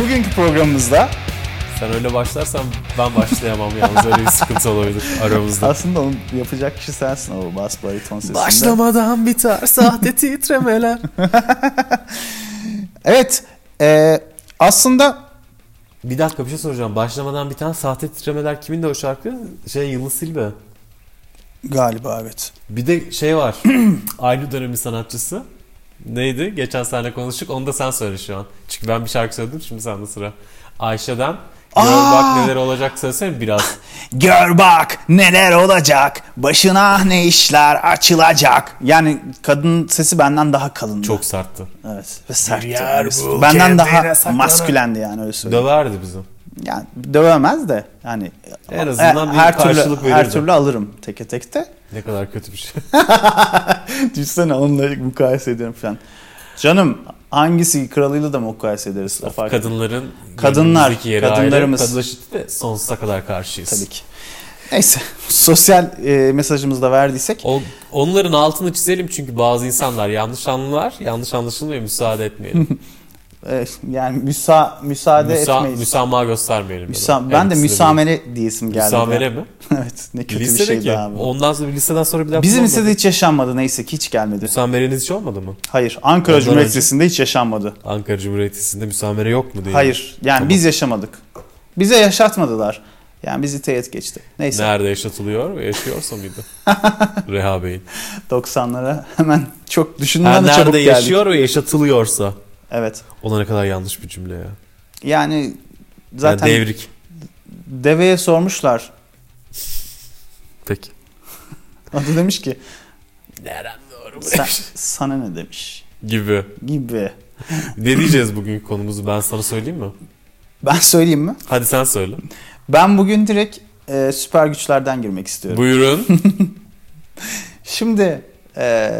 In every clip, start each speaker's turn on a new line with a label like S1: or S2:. S1: Bugünkü programımızda
S2: Sen öyle başlarsan ben başlayamam yalnız öyle bir sıkıntı olabilir aramızda.
S1: aslında onu yapacak kişi sensin o bas bariton sesinde.
S2: Başlamadan biter sahte titremeler.
S1: Evet e, aslında
S2: bir dakika bir şey soracağım. Başlamadan biten sahte titremeler kimin de o şarkı? Şey Yıldız Silbe.
S1: galiba evet.
S2: Bir de şey var. Aynı dönemin sanatçısı. Neydi? Geçen sene konuştuk. Onu da sen söyle şu an. Çünkü ben bir şarkı söyledim. Şimdi sende sıra. Ayşe'den. Gör
S1: Aa!
S2: bak neler olacak söylesene biraz.
S1: Gör bak neler olacak başına ne işler açılacak. Yani kadın sesi benden daha kalın.
S2: Çok sarttı.
S1: Evet ve sertti.
S2: yer
S1: Yani.
S2: bu,
S1: benden
S2: kendine
S1: daha
S2: saklanan.
S1: maskülendi yani öyle söyleyeyim.
S2: Döverdi bizim.
S1: yani dövemez de yani
S2: En azından
S1: e-
S2: bir
S1: her
S2: karşılık
S1: türlü, her
S2: verirdi.
S1: türlü alırım teke tekte.
S2: Ne kadar kötü bir şey.
S1: Düşünsene onunla mukayese ediyorum falan. Canım hangisi kralıyla da mukayese ederiz? O fark-
S2: Kadınların
S1: Kadınlar,
S2: gönlümüzdeki yeri ayrı.
S1: kadınlarımız.
S2: Kadına şiddete sonsuza kadar karşıyız.
S1: Tabii ki. Neyse sosyal e, mesajımızı da verdiysek.
S2: O- onların altını çizelim çünkü bazı insanlar yanlış anlar, yanlış anlaşılmıyor müsaade etmeyelim.
S1: e, yani müsa, müsaade
S2: Müsa,
S1: etmeyiz.
S2: müsamaha göstermeyelim. ya da.
S1: Müsa-
S2: En
S1: ben de
S2: kısa
S1: müsamere diyesim
S2: bir-
S1: geldi.
S2: Müsamere mi?
S1: evet ne kötü bir
S2: Lisedeki.
S1: şeydi abi.
S2: Ondan sonra liseden sonra bir daha
S1: Bizim
S2: kullanmadım.
S1: lisede hiç yaşanmadı neyse ki hiç gelmedi.
S2: Müsamereniz hiç olmadı mı?
S1: Hayır Ankara
S2: Ondan
S1: Cumhuriyet Lisesi'nde hiç yaşanmadı.
S2: Ankara Cumhuriyetisi'nde müsamere yok mu diye.
S1: Hayır yani biz yaşamadık. Bize yaşatmadılar. Yani bizi teğet geçti. Neyse
S2: Nerede yaşatılıyor ve yaşıyorsa mıydı? Reha Bey'in.
S1: 90'lara hemen çok
S2: Ha,
S1: düşündüğümden de çabuk
S2: nerede
S1: geldik.
S2: yaşıyor ve yaşatılıyorsa.
S1: Evet.
S2: O da ne kadar yanlış bir cümle ya.
S1: Yani
S2: Zaten
S1: zaten
S2: devrik.
S1: deveye sormuşlar.
S2: Peki.
S1: Adı demiş ki
S2: Nerem doğru
S1: sen, sana ne demiş
S2: Gibi.
S1: gibi.
S2: Ne diyeceğiz bugünkü konumuzu ben sana söyleyeyim mi?
S1: Ben söyleyeyim mi?
S2: Hadi sen söyle.
S1: Ben bugün direkt e, süper güçlerden girmek istiyorum.
S2: Buyurun.
S1: Şimdi e,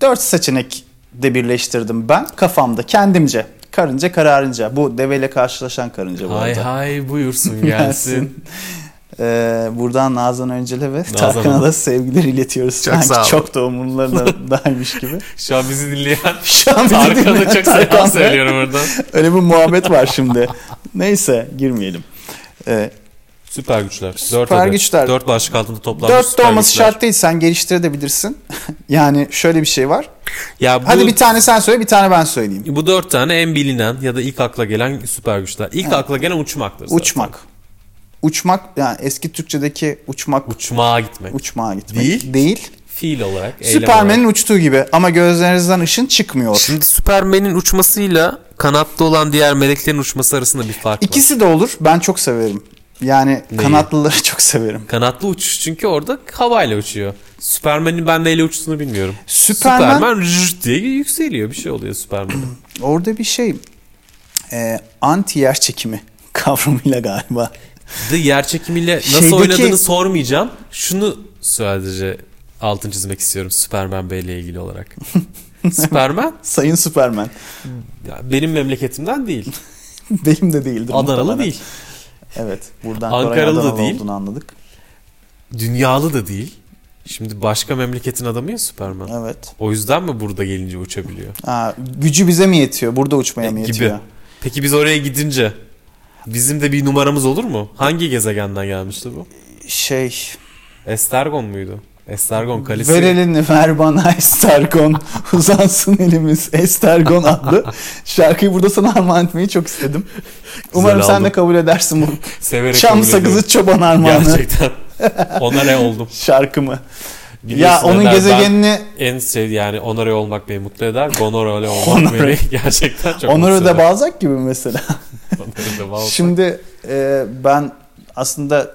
S1: dört seçenek de birleştirdim ben kafamda kendimce. Karınca kararınca. Bu deveyle karşılaşan karınca bu
S2: hay
S1: arada.
S2: hay buyursun gelsin.
S1: E, buradan Nazan Öncel'e ve
S2: Nazan
S1: Tarkan'a
S2: Hanım.
S1: da sevgileri iletiyoruz.
S2: Çok
S1: Sanki
S2: sağ olun.
S1: çok da umurlarındaymış gibi.
S2: Şu an bizi dinleyen
S1: Şu an bizi dinleyen
S2: Tarkan'a çok
S1: Tarkan
S2: selam
S1: ve-
S2: söylüyorum buradan.
S1: Öyle bir muhabbet var şimdi. Neyse girmeyelim. Ee,
S2: Süper güçler. Dört
S1: Süper güçler.
S2: Dört başlık altında toplanmış
S1: dört de
S2: süper
S1: olması
S2: güçler.
S1: şart değil. Sen geliştirebilirsin. yani şöyle bir şey var.
S2: Ya bu,
S1: Hadi bir tane sen söyle bir tane ben söyleyeyim.
S2: bu dört tane en bilinen ya da ilk akla gelen süper güçler. İlk akla gelen uçmaktır. zaten.
S1: Uçmak. Uçmak yani eski Türkçedeki uçmak
S2: Uçmağa gitmek.
S1: uçmaya gitmek.
S2: Değil.
S1: Değil.
S2: Fiil olarak. eylem olarak.
S1: Süpermen'in uçtuğu gibi ama gözlerinizden ışın çıkmıyor.
S2: Şimdi Süpermen'in uçmasıyla kanatlı olan diğer meleklerin uçması arasında bir fark var.
S1: İkisi de olur. Ben çok severim. Yani kanatlıları çok severim.
S2: Kanatlı uçuş çünkü orada havayla uçuyor. Süpermen'in ben neyle uçtuğunu bilmiyorum.
S1: Süpermen-
S2: Süpermen rrrt diye yükseliyor bir şey oluyor Süpermen'in.
S1: Orada bir şey e, anti yer çekimi kavramıyla galiba.
S2: Bir de yer çekimiyle nasıl
S1: Şeydeki-
S2: oynadığını sormayacağım. Şunu sadece altın çizmek istiyorum Süpermen Bey'le ilgili olarak. Süpermen
S1: Sayın Süpermen.
S2: ya benim memleketimden değil.
S1: Benim de değildir.
S2: Adanalı
S1: muhtemelen.
S2: değil.
S1: Evet. Buradan
S2: Ankaralı
S1: Koray'ın
S2: da
S1: Adanalı
S2: değil.
S1: olduğunu anladık.
S2: Dünyalı da değil. Şimdi başka memleketin adamı ya Süpermen.
S1: Evet.
S2: O yüzden mi burada gelince uçabiliyor?
S1: Aa, gücü bize mi yetiyor? Burada uçmaya mı
S2: E, gibi.
S1: yetiyor?
S2: Peki biz oraya gidince bizim de bir numaramız olur mu? Hangi gezegenden gelmişti bu?
S1: Şey.
S2: Estergon muydu? Estergon kalesi.
S1: Ver elini ver bana Estergon. Uzansın elimiz Estergon adlı. Şarkıyı burada sana armağan etmeyi çok istedim. Umarım sen
S2: aldım.
S1: de kabul edersin bu.
S2: Severek
S1: Çam
S2: kabul
S1: sakızı
S2: ediyorum.
S1: çoban armağanı
S2: Gerçekten. Ona ne oldum?
S1: şarkımı. ya
S2: Biliyorsun
S1: onun
S2: Eder,
S1: gezegenini
S2: ben En sev yani onore olmak beni mutlu eder. Gonore olmak
S1: Honore.
S2: beni gerçekten çok
S1: Onur
S2: mutlu eder.
S1: Öde Balzac gibi mesela.
S2: Onore de bağlı.
S1: Şimdi e, ben aslında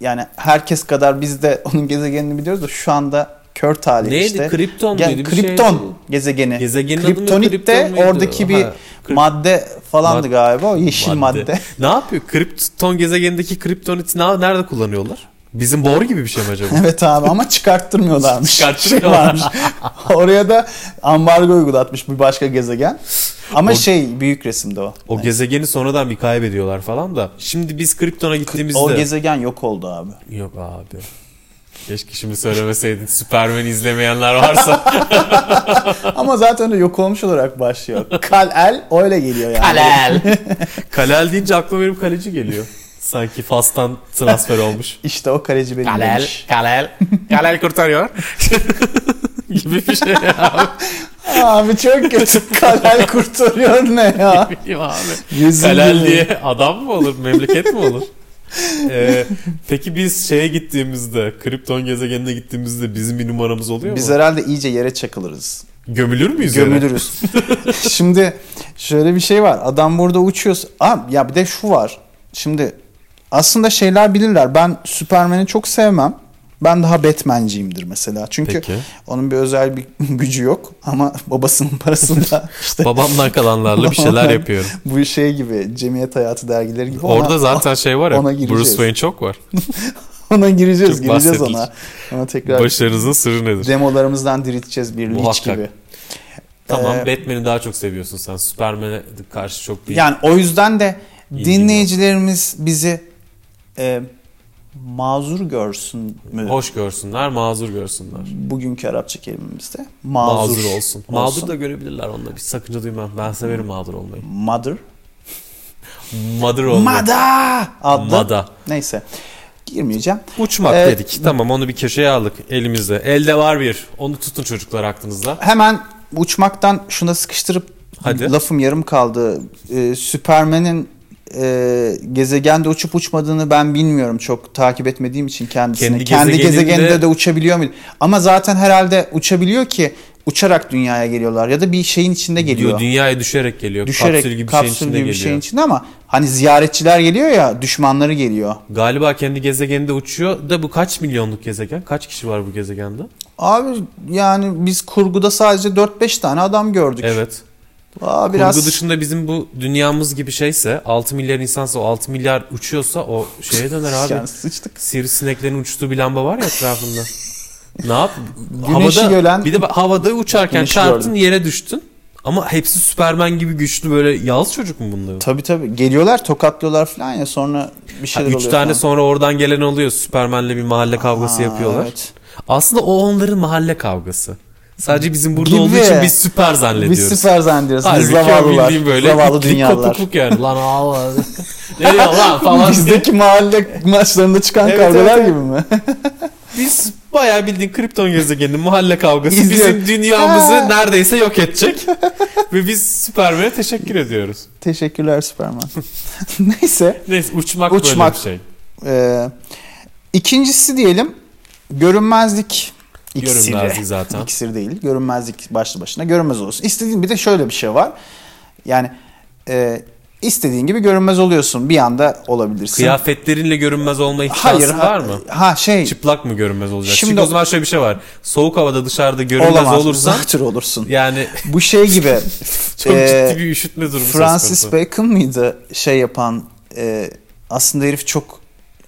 S1: yani herkes kadar biz de onun gezegenini biliyoruz da şu anda kör talih
S2: Neydi?
S1: işte.
S2: Kripton
S1: Gel-
S2: muydu? Bir şey
S1: Kripton
S2: şeydi.
S1: gezegeni.
S2: Gezegenin adı mı?
S1: Kriptonit de
S2: Kripton muydu?
S1: oradaki bir
S2: Ha, krip-
S1: madde falandı
S2: Mad-
S1: galiba. O yeşil madde.
S2: ne yapıyor? Kripton gezegenindeki kriptoniti na- nerede kullanıyorlar? Bizim bor gibi bir şey mi acaba?
S1: Evet abi ama çıkarttırmıyorlarmış.
S2: Çıkarttırmıyorlar.
S1: Şey varmış. Oraya da ambargo uygulatmış bir başka gezegen. Ama
S2: O-
S1: şey büyük resimde o.
S2: O gezegeni sonradan bir kaybediyorlar falan da. Şimdi biz Krypton'a gittiğimizde...
S1: O gezegen yok oldu abi.
S2: Yok abi. Keşke şimdi söylemeseydin. Superman izlemeyenler varsa.
S1: Ama zaten o yok olmuş olarak başlıyor. Kal el öyle geliyor yani.
S2: Kalel. Kalel deyince aklıma benim kaleci geliyor. Sanki Fas'tan transfer olmuş.
S1: İşte o kaleci benim demiş.
S2: Kalel. Kalel kurtarıyor. gibi bir şey abi.
S1: Abi çok kötü. Kalel kurtarıyor ne ya?
S2: Bileyim abi.
S1: Yüzüm
S2: Helal
S1: gülüyor.
S2: diye adam mı olur? Memleket mi olur? Ee, peki biz şeye gittiğimizde, Krypton gezegenine gittiğimizde bizim bir numaramız oluyor
S1: Biz
S2: mu?
S1: herhalde iyice yere çakılırız.
S2: Gömülür müyüz? yere?
S1: Gömülürüz. Şimdi şöyle bir şey var. Adam burada uçuyor. Abi ya bir de şu var. Şimdi aslında şeyler bilirler. Ben Superman'i çok sevmem. Ben daha Batman'ciyimdir mesela. Çünkü
S2: Peki.
S1: onun bir özel bir gücü yok ama babasının parasında işte
S2: Babamdan kalanlarla bir şeyler
S1: Babamdan-
S2: yapıyorum.
S1: bu şey gibi cemiyet hayatı dergileri gibi ona-
S2: Orada zaten şey var ya
S1: ona
S2: Bruce
S1: gireceğiz.
S2: Wayne çok var.
S1: ona gireceğiz,
S2: Çok
S1: gireceğiz
S2: bahsedildi.
S1: ona. Ona tekrar
S2: Başarınızın sırrı nedir?
S1: demolarımızdan dirilteceğiz bir linç
S2: Muhakkak.
S1: gibi.
S2: tamam
S1: Ee,
S2: Batman'i daha çok seviyorsun sen. Superman'e karşı çok değil.
S1: Yani o yüzden de
S2: İlgili
S1: dinleyicilerimiz bizi e, mazur görsün mü?
S2: Hoş görsünler, mazur görsünler.
S1: Bugünkü Arapça kelimemizde
S2: Mazur,
S1: mazur,
S2: olsun. Mağdur da görebilirler onda. Bir sakınca duymam. Ben severim mağdur olmayı.
S1: mother
S2: Mother olmayı.
S1: Mada adlı.
S2: Mada.
S1: Neyse. Girmeyeceğim.
S2: Uçmak
S1: Ee,
S2: dedik. Tamam onu bir köşeye aldık elimizde. Elde var bir. Onu tutun çocuklar aklınızda.
S1: Hemen uçmaktan şuna sıkıştırıp
S2: Hadi.
S1: lafım yarım kaldı. Ee, Süpermen'in e, gezegende uçup uçmadığını ben bilmiyorum çok takip etmediğim için kendisini.
S2: Kendi
S1: Kendi,
S2: gezegeninde-
S1: gezegeninde de uçabiliyor muydu? Ama zaten herhalde uçabiliyor ki uçarak dünyaya geliyorlar ya da bir şeyin içinde geliyor.
S2: Dünyaya düşerek geliyor.
S1: Düşerek
S2: kapsül gibi bir
S1: kapsül
S2: şeyin
S1: gibi
S2: içinde
S1: bir
S2: geliyor.
S1: şeyin içinde ama hani ziyaretçiler geliyor ya düşmanları geliyor.
S2: Galiba kendi gezegeninde uçuyor da bu kaç milyonluk gezegen? Kaç kişi var bu gezegende?
S1: Abi yani biz kurguda sadece 4-5 tane adam gördük.
S2: Evet.
S1: Aa, biraz
S2: Kurgu dışında bizim bu dünyamız gibi şeyse 6 milyar insansa o 6 milyar uçuyorsa o şeye döner abi.
S1: Yani sıçtık.
S2: Sivrisineklerin uçtuğu bir lamba var ya etrafında. ne yap?
S1: Güneşi
S2: havada,
S1: gören-
S2: Bir de bak, havada uçarken
S1: Güneşi
S2: çarptın yere düştün. Ama hepsi Süpermen gibi güçlü böyle yalnız çocuk mu bunlar?
S1: Tabii tabii. Geliyorlar tokatlıyorlar falan ya sonra bir
S2: Ha,
S1: şeyler
S2: üç
S1: oluyor.
S2: tane
S1: falan.
S2: sonra oradan gelen oluyor. Süpermen'le bir mahalle kavgası
S1: Aa,
S2: yapıyorlar.
S1: evet.
S2: Aslında o onların mahalle kavgası. Sadece bizim burada
S1: Gibi.
S2: olduğu için biz süper zannediyoruz.
S1: Biz süper zannediyoruz. Biz
S2: Halbuki o bildiğin
S1: zavallılar.
S2: böyle
S1: zavallı
S2: itlik
S1: dünyalar.
S2: kopukluk yani. lan Allah. ne diyor lan falan. diye.
S1: Bizdeki mahalle maçlarında çıkan
S2: Evet,
S1: kavgalar
S2: evet,
S1: gibi mi?
S2: Biz bayağı bildiğin kripton gezegeninin mahalle kavgası
S1: İzliyor.
S2: bizim dünyamızı
S1: Ha.
S2: neredeyse yok edecek. Ve biz Süpermen'e teşekkür ediyoruz.
S1: Teşekkürler Superman. Neyse.
S2: Neyse uçmak,
S1: Uçmak.
S2: böyle bir şey.
S1: Ee, ikincisi diyelim. Görünmezlik. İksiri.
S2: Görünmezlik zaten.
S1: İksir değil. Görünmezlik başlı başına görünmez olsun. İstediğin bir de şöyle bir şey var. Yani e, istediğin gibi görünmez oluyorsun. Bir anda olabilirsin.
S2: Kıyafetlerinle görünmez olma ihtimali
S1: Hayır.
S2: var
S1: ha-
S2: mı?
S1: Ha şey.
S2: Çıplak mı görünmez olacak?
S1: Şimdi
S2: Çünkü o
S1: o-
S2: zaman şöyle bir şey var. Soğuk havada dışarıda görünmez
S1: olamaz.
S2: olursan
S1: Zatür olursun.
S2: yani
S1: Bu şey gibi.
S2: çok
S1: e,
S2: ciddi bir üşütme durumu söz
S1: Francis
S2: konusu.
S1: Bacon mıydı şey yapan e, aslında herif çok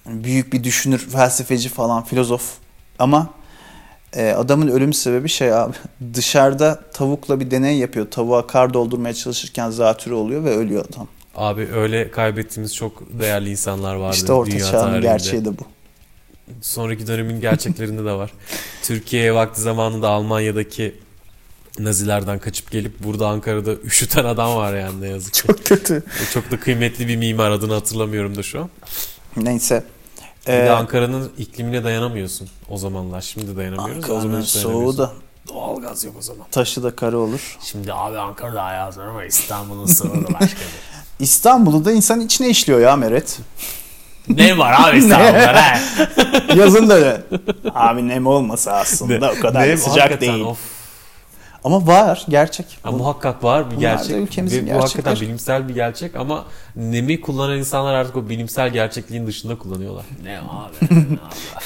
S1: büyük bir düşünür, felsefeci falan, filozof ama e, adamın ölüm sebebi şey abi dışarıda tavukla bir deney yapıyor. Tavuğa kar doldurmaya çalışırken zatürre oluyor ve ölüyor adam.
S2: Abi öyle kaybettiğimiz çok değerli insanlar vardı
S1: işte orta
S2: dünya
S1: çağın
S2: tarihinde.
S1: gerçeği de bu.
S2: sonraki dönemin gerçeklerinde de var. Türkiye'ye vakti zamanında Almanya'daki Nazilerden kaçıp gelip burada Ankara'da üşüten adam var yani ne yazık ki. Çok,
S1: Kötü.
S2: da kıymetli bir mimar adını hatırlamıyorum da şu an.
S1: Neyse.
S2: Bir
S1: Ee,
S2: de Ankara'nın iklimine dayanamıyorsun o zamanlar. Şimdi dayanamıyoruz. o zaman
S1: Ankara'nın
S2: hiç
S1: soğuğu
S2: dayanamıyorsun.
S1: da
S2: Doğalgaz yok o zaman.
S1: taşı da karı olur.
S2: Şimdi abi Ankara'da hayat var ama İstanbul'un soğuğu da başka bir.
S1: İstanbul'u da insan içine işliyor ya Meret.
S2: ne var abi İstanbul'da he?
S1: Yazın da öyle. Abi nem olmasa aslında o kadar
S2: Ne-
S1: sıcak
S2: hakikaten
S1: değil.
S2: of.
S1: Ama var gerçek.
S2: Ha, muhakkak var bir
S1: Bunlar
S2: gerçek.
S1: da ülkemizin
S2: Ve bu
S1: gerçekleri.
S2: hakikaten bilimsel bir gerçek ama nemi kullanan insanlar artık o bilimsel gerçekliğin dışında kullanıyorlar. Ne abi?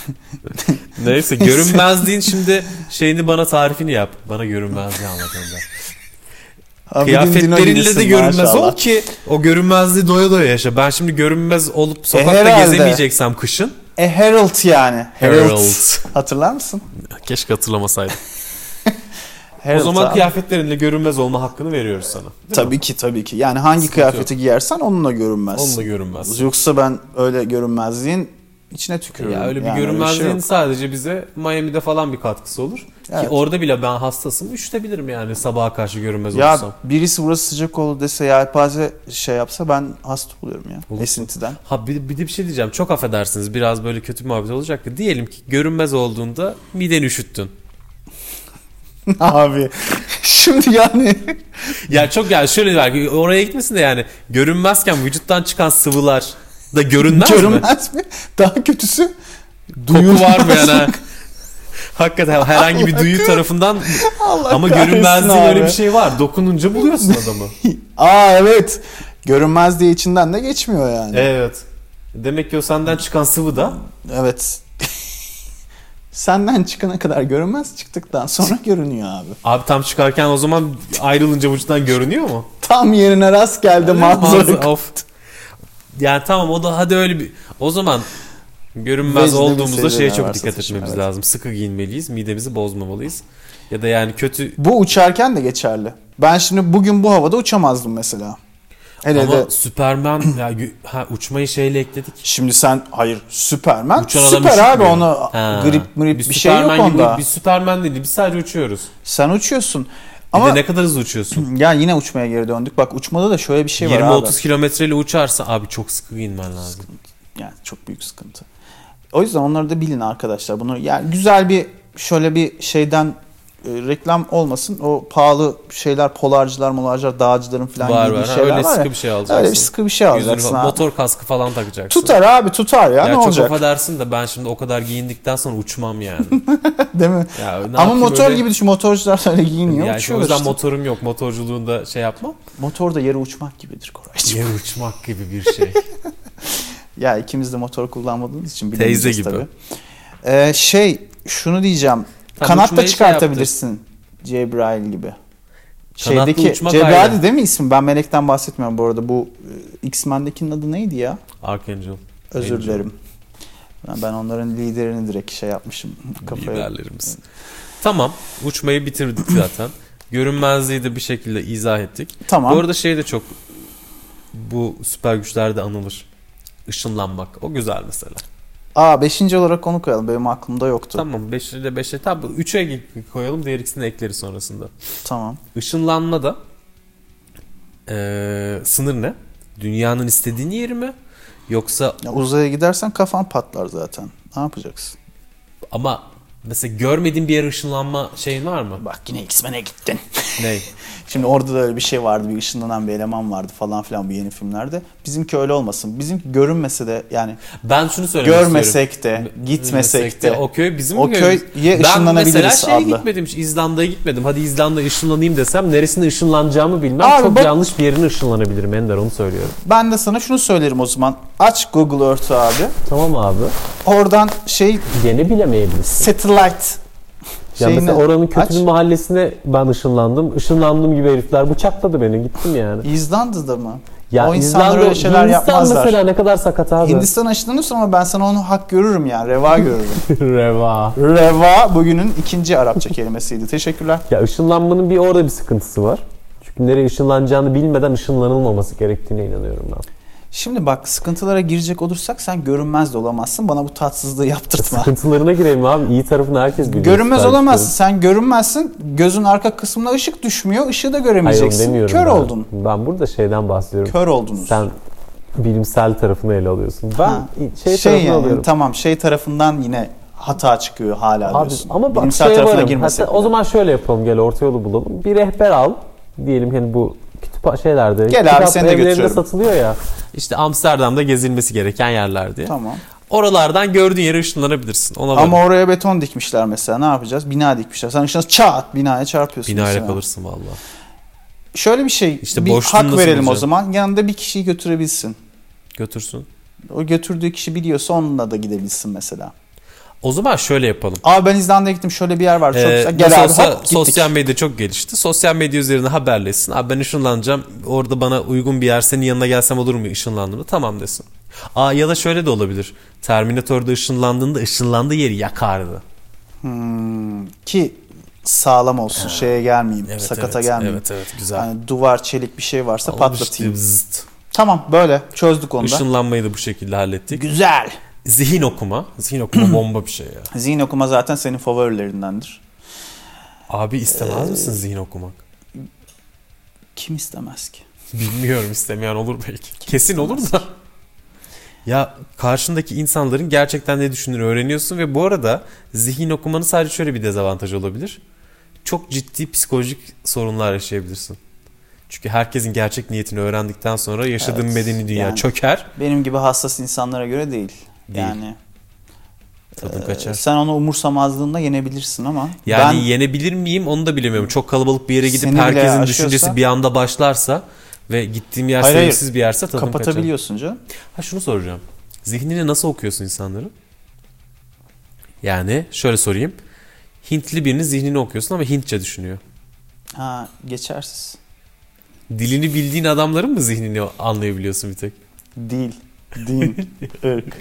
S2: Neyse görünmezliğin şimdi şeyini bana tarifini yap. Bana görünmezliği anlat önden.
S1: Abi dün dino
S2: Kıyafetlerinle de
S1: gibisin
S2: görünmez ol
S1: maşallah.
S2: ki o görünmezliği doya doya yaşa. Ben şimdi görünmez olup sokakta
S1: E, herhalde.
S2: gezemeyeceksem kışın.
S1: E Herald yani.
S2: Herald.
S1: Hatırlar mısın?
S2: Keşke hatırlamasaydım. o
S1: Herald
S2: zaman
S1: abi.
S2: kıyafetlerinle görünmez olma hakkını veriyoruz sana. Değil mi?
S1: Tabii ki tabii ki. Yani hangi kıyafeti giyersen onunla görünmez.
S2: Onunla görünmez.
S1: Yoksa ben öyle görünmezliğin içine tükürürüm.
S2: Ya öyle bir
S1: Yani şey
S2: görünmezliğin
S1: yok.
S2: sadece bize Miami'de falan bir katkısı olur.
S1: Evet.
S2: Ki orada bile ben hastasım. Üşütebilirim yani sabaha karşı görünmez
S1: Ya
S2: olursam.
S1: birisi burası sıcak oldu dese yelpaze şey yapsa ben hasta oluyorum ya
S2: Olursun.
S1: esintiden.
S2: Ha bir, bir de bir şey diyeceğim. Çok affedersiniz. Biraz böyle kötü muhabbet olacak da. Diyelim ki görünmez olduğunda miden üşüttün.
S1: Abi şimdi yani
S2: Ya çok yani şöyle belki oraya gitmesin de yani görünmezken vücuttan çıkan sıvılar da görünmez mi?
S1: görünmez mi? Daha kötüsü
S2: Koku var mı
S1: duyulmaz
S2: yani? Hakikaten herhangi bir duyu tarafından
S1: Allah
S2: ama
S1: kahretsin
S2: görünmezliğin öyle
S1: abi.
S2: bir şey var. Dokununca buluyorsun adamı.
S1: Aa evet. Görünmez diye içinden de geçmiyor yani.
S2: evet. Demek ki o senden çıkan sıvı da
S1: Evet. Senden çıkana kadar görünmez çıktıktan sonra görünüyor abi.
S2: Abi tam çıkarken o zaman ayrılınca vücuttan görünüyor mu?
S1: Tam yerine rast geldi manzara.
S2: Of. Yani tamam o da hadi öyle bir... O zaman görünmez
S1: Vecde bir
S2: olduğumuzda şeye
S1: seviyeler
S2: çok
S1: varsa
S2: dikkat
S1: seçim,
S2: etmemiz
S1: evet.
S2: lazım. Sıkı giyinmeliyiz, midemizi bozmamalıyız. Ya da yani kötü
S1: Bu uçarken de geçerli. Ben şimdi bugün bu havada uçamazdım mesela. Hele
S2: ama
S1: de
S2: Superman ya gü- ha, uçmayı şeyle ekledik.
S1: şimdi sen hayır Süpermen
S2: Uçan adam
S1: süper abi
S2: üşütmüyor.
S1: onu
S2: Ha.
S1: grip mrip bir, şey
S2: Superman
S1: yok
S2: gibi-
S1: onda.
S2: Bir Superman değil biz sadece uçuyoruz.
S1: Sen uçuyorsun.
S2: Ama
S1: Ama
S2: bir de ne kadar hızlı uçuyorsun?
S1: ya yine uçmaya geri döndük. Bak uçmada da şöyle bir şey var abi.
S2: 20-30 kilometreyle uçarsa abi çok sıkı giyinmen lazım.
S1: Yani çok büyük sıkıntı. O yüzden onları da bilin arkadaşlar. Bunu yani güzel bir şöyle bir şeyden e, reklam olmasın. O pahalı şeyler polarcılar, molarcılar, dağcıların falan
S2: Var
S1: gibi
S2: var. Ha,
S1: şeyler
S2: Öyle
S1: var ya.
S2: sıkı bir şey alacaksın.
S1: Öyle bir sıkı bir şey
S2: Yüzünü
S1: alacaksın
S2: falan-
S1: abi.
S2: Motor kaskı falan takacaksın.
S1: Tutar abi tutar ya,
S2: Ya
S1: ne
S2: çok
S1: olacak
S2: affedersin de ben şimdi o kadar giyindikten sonra uçmam yani.
S1: değil mi?
S2: Ya ne
S1: Ama
S2: yapayım
S1: motor
S2: öyle-
S1: gibi düşün motorcular öyle giyiniyor
S2: Yani işte o
S1: uçuyorlar
S2: yüzden
S1: işte.
S2: motorum yok. Motorculuğunda şey yapmam.
S1: Motor da yere uçmak gibidir Koraycığım.
S2: Yer uçmak gibi bir şey.
S1: ya ikimiz de motor kullanmadığımız için
S2: Teyze
S1: bilemeyeceğiz
S2: gibi.
S1: tabii. Ee, şey şunu diyeceğim.
S2: Tam
S1: Kanat
S2: uçmayı
S1: da
S2: şey
S1: çıkartabilirsin Cebrail gibi.
S2: Kanatlı
S1: Şeydeki
S2: uçmak
S1: Cebrail
S2: ayrı.
S1: değil mi ismi? Ben Melek'ten bahsetmiyorum bu arada. Bu e, X-Men'dekinin adı neydi ya?
S2: Archangel.
S1: Özür
S2: Angel.
S1: dilerim. Ben- Ben onların liderini direkt şey yapmışım kafaya.
S2: Liderlerimiz. Tamam. Uçmayı bitirdik zaten. Görünmezliği de bir şekilde izah ettik.
S1: Tamam.
S2: Bu arada şey de çok bu süper güçlerde anılır. Işınlanmak. O güzel mesela.
S1: Aa 5. olarak onu koyalım. Benim aklımda yoktu. Tamam.
S2: Tamam. 5'e de 5'e. Tamam. 3'e koyalım. Diğer ikisini ekleriz sonrasında. Işınlanma da eee, sınır ne? Dünyanın istediğin yeri mi? Yoksa
S1: Ya uzaya gidersen kafan patlar zaten. Ne yapacaksın?
S2: ama mesela görmediğin bir yere ışınlanma şeyin var mı?
S1: Bak yine X-Men'e gittin.
S2: Ney?
S1: Şimdi orada da öyle bir şey vardı. Bir ışınlanan bir eleman vardı falan filan bu yeni filmlerde. Bizimki öyle olmasın. Bizimki görünmese de yani
S2: Ben şunu söylemek istiyorum.
S1: görmesek de gitmesek de.
S2: o köy bizim
S1: O
S2: mi köyümüz?
S1: köye
S2: Ben mesela
S1: ışınlanabiliriz
S2: şeye
S1: abla.
S2: gitmedim. hiç, İzlanda'ya gitmedim. Hadi İzlanda'ya ışınlanayım desem neresine ışınlanacağımı bilmem.
S1: Abi
S2: Çok
S1: bak-
S2: yanlış bir yerine ışınlanabilirim Ender onu söylüyorum.
S1: Ben de sana şunu söylerim o zaman. Aç Google Earth'ü abi.
S2: Tamam abi.
S1: Oradan şey
S2: Gene bilemeyebilirsin.
S1: satellite
S2: Ya
S1: şeyini
S2: mesela oranın kötü
S1: aç.
S2: bir mahallesine ben ışınlandım. Işınlandığım gibi herifler bıçakladı beni. Gittim yani.
S1: İzlanda'da mı?
S2: Ya
S1: o insanlar öyle şeyler
S2: Hindistan
S1: yapmazlar.
S2: mesela ne kadar sakat abi.
S1: Hindistan aşılanıyorsun ama ben sana onu hak görürüm yani. Reva görürüm.
S2: Reva.
S1: Reva bugünün ikinci Arapça kelimesiydi. Teşekkürler.
S2: Ya ışınlanmanın bir orada bir sıkıntısı var. Çünkü nereye ışınlanacağını bilmeden ışınlanılmaması gerektiğine inanıyorum ben.
S1: Şimdi bak sıkıntılara girecek olursak sen görünmez de olamazsın. Bana bu tatsızlığı yaptırtma.
S2: Sıkıntılarına girelim abi. İyi tarafını herkes biliyor.
S1: Ah. Görünmez
S2: Süper
S1: olamazsın.
S2: güçlerin.
S1: Sen görünmezsin. Gözün arka kısmına ışık düşmüyor. Işığı da
S2: Hayır onu
S1: göremeyeceksin.
S2: demiyorum
S1: Kör
S2: ben.
S1: oldun.
S2: Ben burada şeyden bahsediyorum.
S1: Kör oldunuz.
S2: Sen bilimsel tarafını ele alıyorsun. Ben
S1: Ha.
S2: şey, tarafını
S1: yani,
S2: alıyorum.
S1: tamam şey tarafından yine hata çıkıyor hala
S2: Abi,
S1: diyorsun.
S2: ama bak
S1: Bilimsel
S2: şeye
S1: tarafına
S2: varım.
S1: girmesek
S2: Hatta o
S1: bile.
S2: zaman şöyle yapalım gel orta yolu bulalım. Bir rehber al. Diyelim hani bu kütüphane şeylerde.
S1: Gel abi,
S2: kitap
S1: seni de
S2: evlerinde
S1: götürüyorum.
S2: satılıyor ya. İşte Amsterdam'da gezilmesi gereken yerler diye.
S1: Tamam.
S2: Oralardan gördüğün yere ışınlanabilirsin. Ona varım.
S1: Ama oraya beton dikmişler mesela ne yapacağız? Bina dikmişler. Sen ışınlanıp çat binaya çarpıyorsun.
S2: Binayla
S1: mesela.
S2: kalırsın valla.
S1: Şöyle bir şey
S2: İşte
S1: bir
S2: boşluğunu
S1: hak
S2: nasıl
S1: verelim o
S2: bulacaksın?
S1: zaman. Yanında bir kişiyi götürebilsin.
S2: Götürsün.
S1: O götürdüğü kişi biliyorsa onunla da gidebilsin mesela.
S2: O zaman şöyle yapalım.
S1: Abi ben İzlanda'ya gittim şöyle bir yer var. Çok
S2: Ee,
S1: güzel.
S2: nasıl
S1: Gel abi
S2: olsa
S1: hop gittik.
S2: sosyal medya çok gelişti. Sosyal medya üzerine haberleşsin. Abi ben ışınlanacağım. Orada bana uygun bir yer senin yanına gelsem olur mu ışınlandığımda? Tamam desin. Aa ya da şöyle de olabilir. Terminator'da ışınlandığında ışınlandığı yeri yakardı.
S1: Hmm, ki sağlam olsun şeye gelmeyeyim.
S2: Evet,
S1: sakata
S2: evet,
S1: gelmeyeyim.
S2: Evet evet güzel.
S1: Yani duvar çelik bir şey varsa
S2: Olmuş
S1: patlatayım.
S2: diye zzt.
S1: Tamam böyle çözdük onu da.
S2: Işınlanmayı da bu şekilde hallettik.
S1: Güzel.
S2: Zihin okuma. Zihin okuma bomba bir şey ya.
S1: Zihin okuma zaten senin favorilerindendir.
S2: Abi istemez
S1: Ee,
S2: misin zihin okumak?
S1: Kim istemez ki?
S2: Bilmiyorum istemeyen olur belki. Kesin olur da. Ya karşındaki insanların gerçekten ne düşündüğünü öğreniyorsun ve bu arada zihin okumanın sadece şöyle bir dezavantajı olabilir. Çok ciddi psikolojik sorunlar yaşayabilirsin. Çünkü herkesin gerçek niyetini öğrendikten sonra yaşadığın
S1: Evet,
S2: medeni dünya
S1: yani.
S2: çöker.
S1: Benim gibi hassas insanlara göre değil.
S2: Değil.
S1: Yani
S2: Tadın
S1: e,
S2: kaçar.
S1: sen onu umursamazlığında yenebilirsin ama
S2: Yani
S1: ben
S2: yenebilir miyim onu da bilemiyorum. Çok kalabalık bir yere gidip
S1: Seni bile
S2: herkesin
S1: aşıyorsa-
S2: düşüncesi bir anda başlarsa ve gittiğim yer
S1: Hayır, hayır.
S2: sevimsiz bir yerse tadım kaçar.
S1: kapatabiliyorsun canım.
S2: Ha şunu soracağım. Zihnini nasıl okuyorsun insanların? Yani şöyle sorayım. Hintli birinin zihnini okuyorsun ama Hintçe düşünüyor.
S1: Ha geçersiz.
S2: Dilini bildiğin adamların mı zihnini anlayabiliyorsun bir tek?
S1: Dil, din, ırk.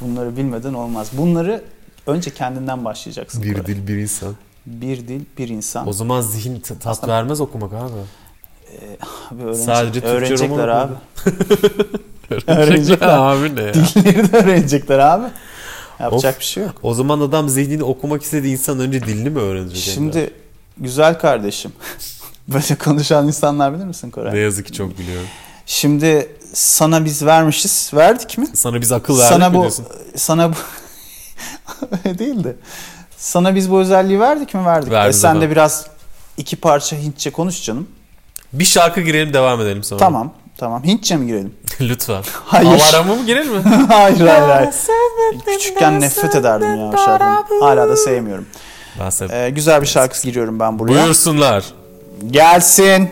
S1: Bunları bilmeden olmaz. Bunları önce kendinden başlayacaksın. Koray.
S2: dil bir insan.
S1: Bir dil, bir insan.
S2: O zaman zihin t- tat
S1: Aslında-
S2: vermez okumak abi.
S1: Ee, abi öğrenecek-
S2: Sadece Türkçe
S1: öğrenecekler
S2: roman
S1: abi.
S2: okudu.
S1: Öğrenecekler.
S2: abi ne ya?
S1: Dilleri de öğrenecekler abi. Yapacak
S2: Of.
S1: bir şey yok.
S2: O zaman adam zihnini okumak istediği insan önce dilini mi öğrenecek?
S1: Şimdi güzel kardeşim. Böyle konuşan insanlar bilir misin
S2: Emrah? Ne
S1: Koray?
S2: yazık ki çok biliyorum.
S1: Şimdi sana biz vermişiz. Verdik mi?
S2: Sana biz akıl verdik
S1: sana
S2: mi
S1: bu
S2: diyorsun?
S1: sana bu Öyle değil de sana biz bu özelliği verdik mi verdik.
S2: Verdik
S1: e sen
S2: efendim.
S1: de biraz iki parça Hintçe konuş canım.
S2: Bir şarkı girelim devam edelim sonra.
S1: Tamam. Tamam. Hintçe mi girelim?
S2: Lütfen.
S1: Hayır.
S2: Alarmı mı girer mi?
S1: hayır hayır hayır. Küçükken nefret ederdim ya şarkıyı. Hala da sevmiyorum.
S2: Ben sev-
S1: Ee, güzel bir şarkı giriyorum ben buraya.
S2: Buyursunlar.
S1: Gelsin.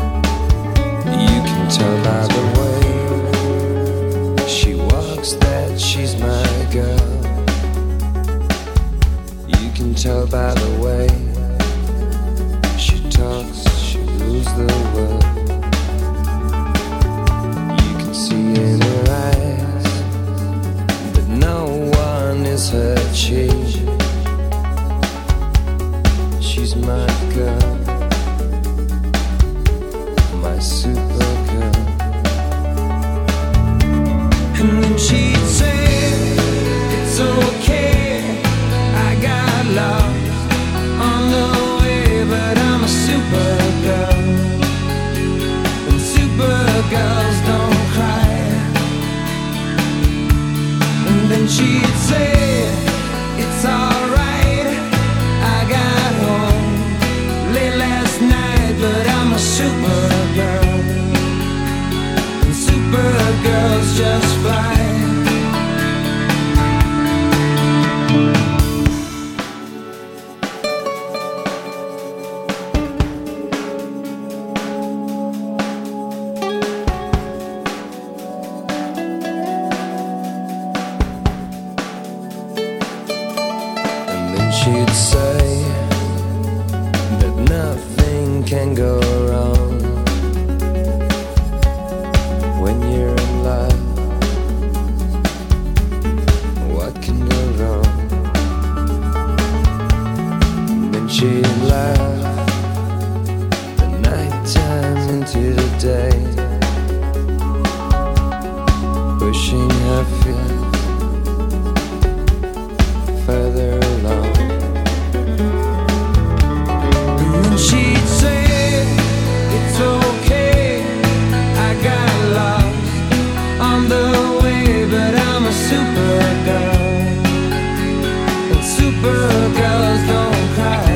S3: You can tell by the way she walks that she's my girl. You can tell by the way she talks, she rules the world. You can see in her eyes that no one is her chief. She's my girl my supergirl. And then she'd say, It's okay, I got lost on the way, but I'm a supergirl. And supergirls don't cry. And then she'd say, It's alright, I got home late last night, but I'm a supergirl. And supergirls just fly. And then she'd say that nothing can go wrong when you're in love. What can go wrong? And then she laughed the night time into the day, pushing her feet further along. And she'd say, It's okay, I got lost on the way, but I'm a supergirl. And supergirls don't cry.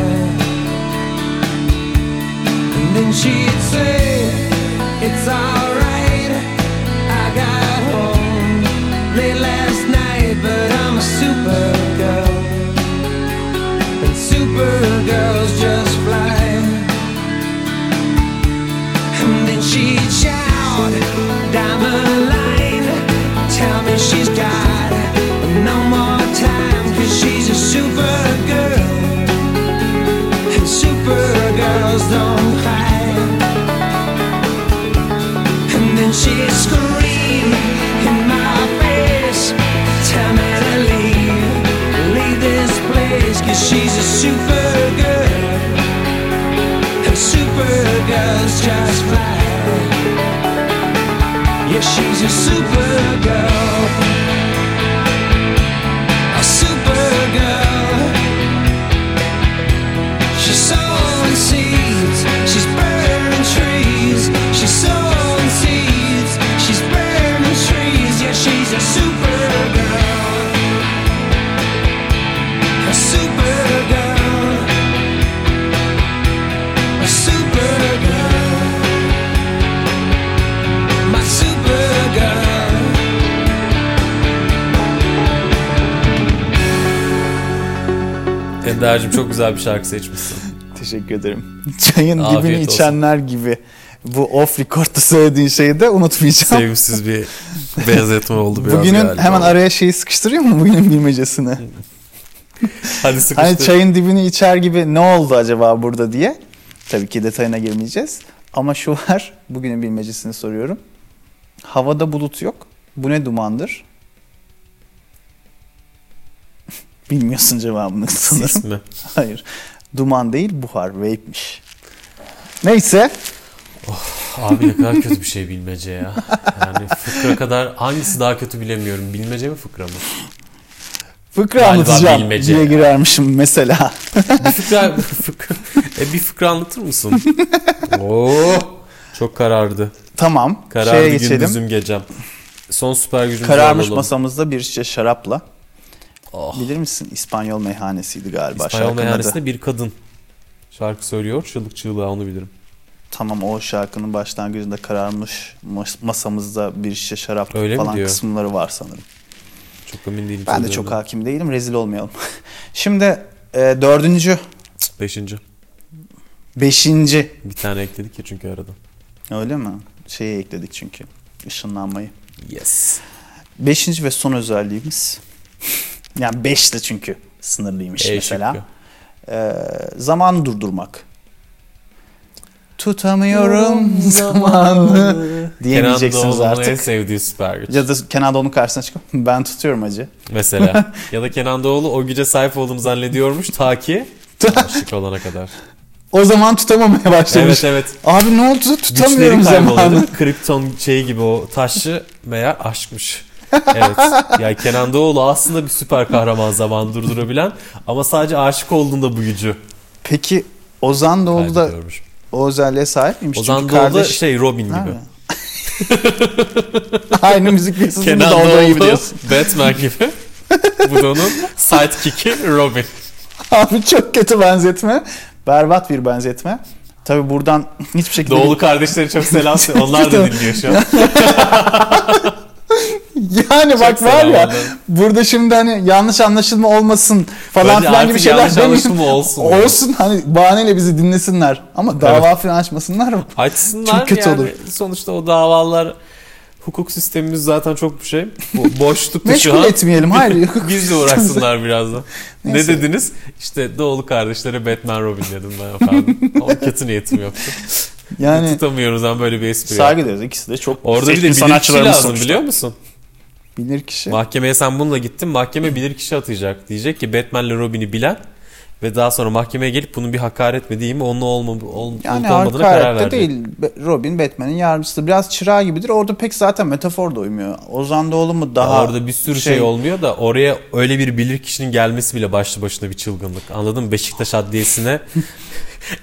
S3: And then she'd say, It's alright, I got home late last night, but I'm a supergirl. And supergirls just fly. And then she'd shout, Diamond line. Tell me she's got no more time, cause she's a supergirl. And supergirls don't hide. a supergirl. A supergirl. She's sowing seeds. She's burning trees. She's sowing seeds. She's burning trees. Yeah, she's a supergirl. A supergirl. A supergirl. My supergirl.
S2: Ender'cim çok güzel bir şarkı seçmişsin.
S1: Teşekkür ederim. Çayın
S2: Afiyet
S1: dibini
S2: olsun.
S1: içenler gibi bu off record'da söylediğin şeyi de unutmayacağım.
S2: Sevimsiz bir benzetme oldu biraz
S1: Bugünün
S2: galiba.
S1: hemen araya şeyi sıkıştırıyor mu bugünün bilmecesini?
S2: Hadi sıkıştır.
S1: Hani çayın dibini içer gibi ne oldu acaba burada diye. Tabii ki detayına girmeyeceğiz. Ama şu var, bugünün bilmecesini soruyorum. Havada bulut yok. Bu ne dumandır? Bilmiyorsun cevabını sanırım.
S2: Sis mi?
S1: Hayır. Duman değil, buhar, vape'miş. Neyse,
S2: Abi ne kadar kötü bir şey bilmece ya. Yani fıkra kadar hangisi daha kötü bilemiyorum. Bilmece mi fıkra mı?
S1: fıkra
S2: Galiba
S1: anlatacağım
S2: bilmece
S1: diye
S2: ya.
S1: girermişim mesela.
S2: Bir fıkra, fıkra, e, bir fıkra anlatır mısın? Oo, çok karardı.
S1: Tamam,
S2: Karardı
S1: şeye geçelim.
S2: gündüzüm gecem. Son süper gücümüz
S1: Kararmış
S2: olalım.
S1: masamızda bir şişe şarapla.
S2: Ah.
S1: Bilir misin? İspanyol meyhanesiydi galiba.
S2: İspanyol
S1: şarkının adı.
S2: meyhanesinde bir kadın şarkı söylüyor. Çığlık çığlığa onu bilirim.
S1: Tamam o şarkının başlangıcında kararmış mas- masamızda bir şişe şarap
S2: Öyle mi
S1: falan
S2: diyor?
S1: kısımları var sanırım.
S2: Çok emin değilim.
S1: Ben de çok hakim değilim. Rezil olmayalım. Şimdi e, dördüncü,
S2: Beşinci.
S1: beşinci.
S2: Bir tane ekledik ya çünkü arada.
S1: Öyle mi? Şeyi ekledik çünkü. ışınlanmayı.
S2: Yes.
S1: Beşinci ve son özelliğimiz. yani beşle çünkü sınırlıymış
S2: E
S1: mesela.
S2: şıkkı.
S1: Ee, zaman durdurmak. Tutamıyorum zamanı
S2: Kenan
S1: diyemeyeceksiniz
S2: Doğulu'nun en
S1: artık.
S2: sevdiği süper güç.
S1: Ya da Kenan Doğulu'nun karşısına çıkıp ben tutuyorum acı.
S2: Mesela. ya da Kenan Doğulu o güce sahip olduğunu zannediyormuş ta ki şık olana kadar.
S1: O zaman tutamamaya başlamış.
S2: evet evet.
S1: Abi ne oldu
S2: Güçleri
S1: tutamıyorum zamanı.
S2: kayboluyordu. Kripton şeyi gibi o taşı meğer aşkmış. Evet. Yani Kenan Doğulu aslında bir süper kahraman zaman durdurabilen ama sadece aşık olduğunda bu gücü
S1: Peki Ozan Doğulu da
S2: kaybediyormuş.
S1: o özelliğe sahip miymiş?
S2: Ozan
S1: Çünkü
S2: Doğulu da
S1: kardeş-
S2: şey Robin
S1: Ha.
S2: gibi.
S1: Aynı müzik piyasasında
S2: Kenan
S1: da olduğu gibi
S2: Doğulu
S1: diyorsun.
S2: Batman gibi. bu da onun sidekick'i Robin.
S1: Abi çok kötü benzetme. Berbat bir benzetme. Tabi buradan hiçbir şekilde
S2: Doğulu kardeşleri çok selam söyle. Onlar da dinliyor şu an.
S1: Yani bak var ya
S2: selam
S1: burada şimdi hani yanlış anlaşılma olmasın falan
S2: Bence
S1: filan gibi
S2: artık
S1: şeyler
S2: yanlış
S1: demeyeyim.
S2: anlaşılma olsun.
S1: Olsun hani bahaneyle bizi dinlesinler ama dava filan açmasınlar mı?
S2: Açsınlar
S1: Çok kötü
S2: yani.
S1: olur.
S2: Sonuçta o davalar hukuk sistemimiz zaten çok bir şey. Bu boşlukta şu
S1: Meşgul
S2: an.
S1: etmeyelim. Hayır. hukuk
S2: Bizle
S1: sistemi-
S2: uğraşsınlar birazdan. ne
S1: Neyse.
S2: dediniz? İşte Doğulu kardeşlere Batman Robin dedim ben efendim. Ama kötü niyetim yoktu.
S1: Yani
S2: Tutamıyoruz ama böyle bir espri. yaptım.
S1: saygı duyuyoruz. İkisi de çok
S2: Orada bir de
S1: seçkin
S2: bilirkişi
S1: sanatçılarımız
S2: lazım
S1: sonuçta.
S2: biliyor musun?
S1: Bilir kişi.
S2: Mahkemeye sen bununla gittin. Mahkeme bilirkişi atayacak. Diyecek ki Batman'le Robin'i bilen ve daha sonra mahkemeye gelip bunun bir hakaret mi değil mi onun olma, ol,
S1: Yani
S2: olup olmadığına karar
S1: hakaret de
S2: verecek.
S1: değil. Be- Robin Batman'in yardımcısı. Biraz çırağı gibidir. Orada pek zaten metafor da uymuyor. Ozan Doğulu mu daha...
S2: Orada bir sürü şey, olmuyor da oraya öyle bir bilir kişinin gelmesi bile başlı başına bir çılgınlık. Anladın mı? Beşiktaş Adliyesi'ne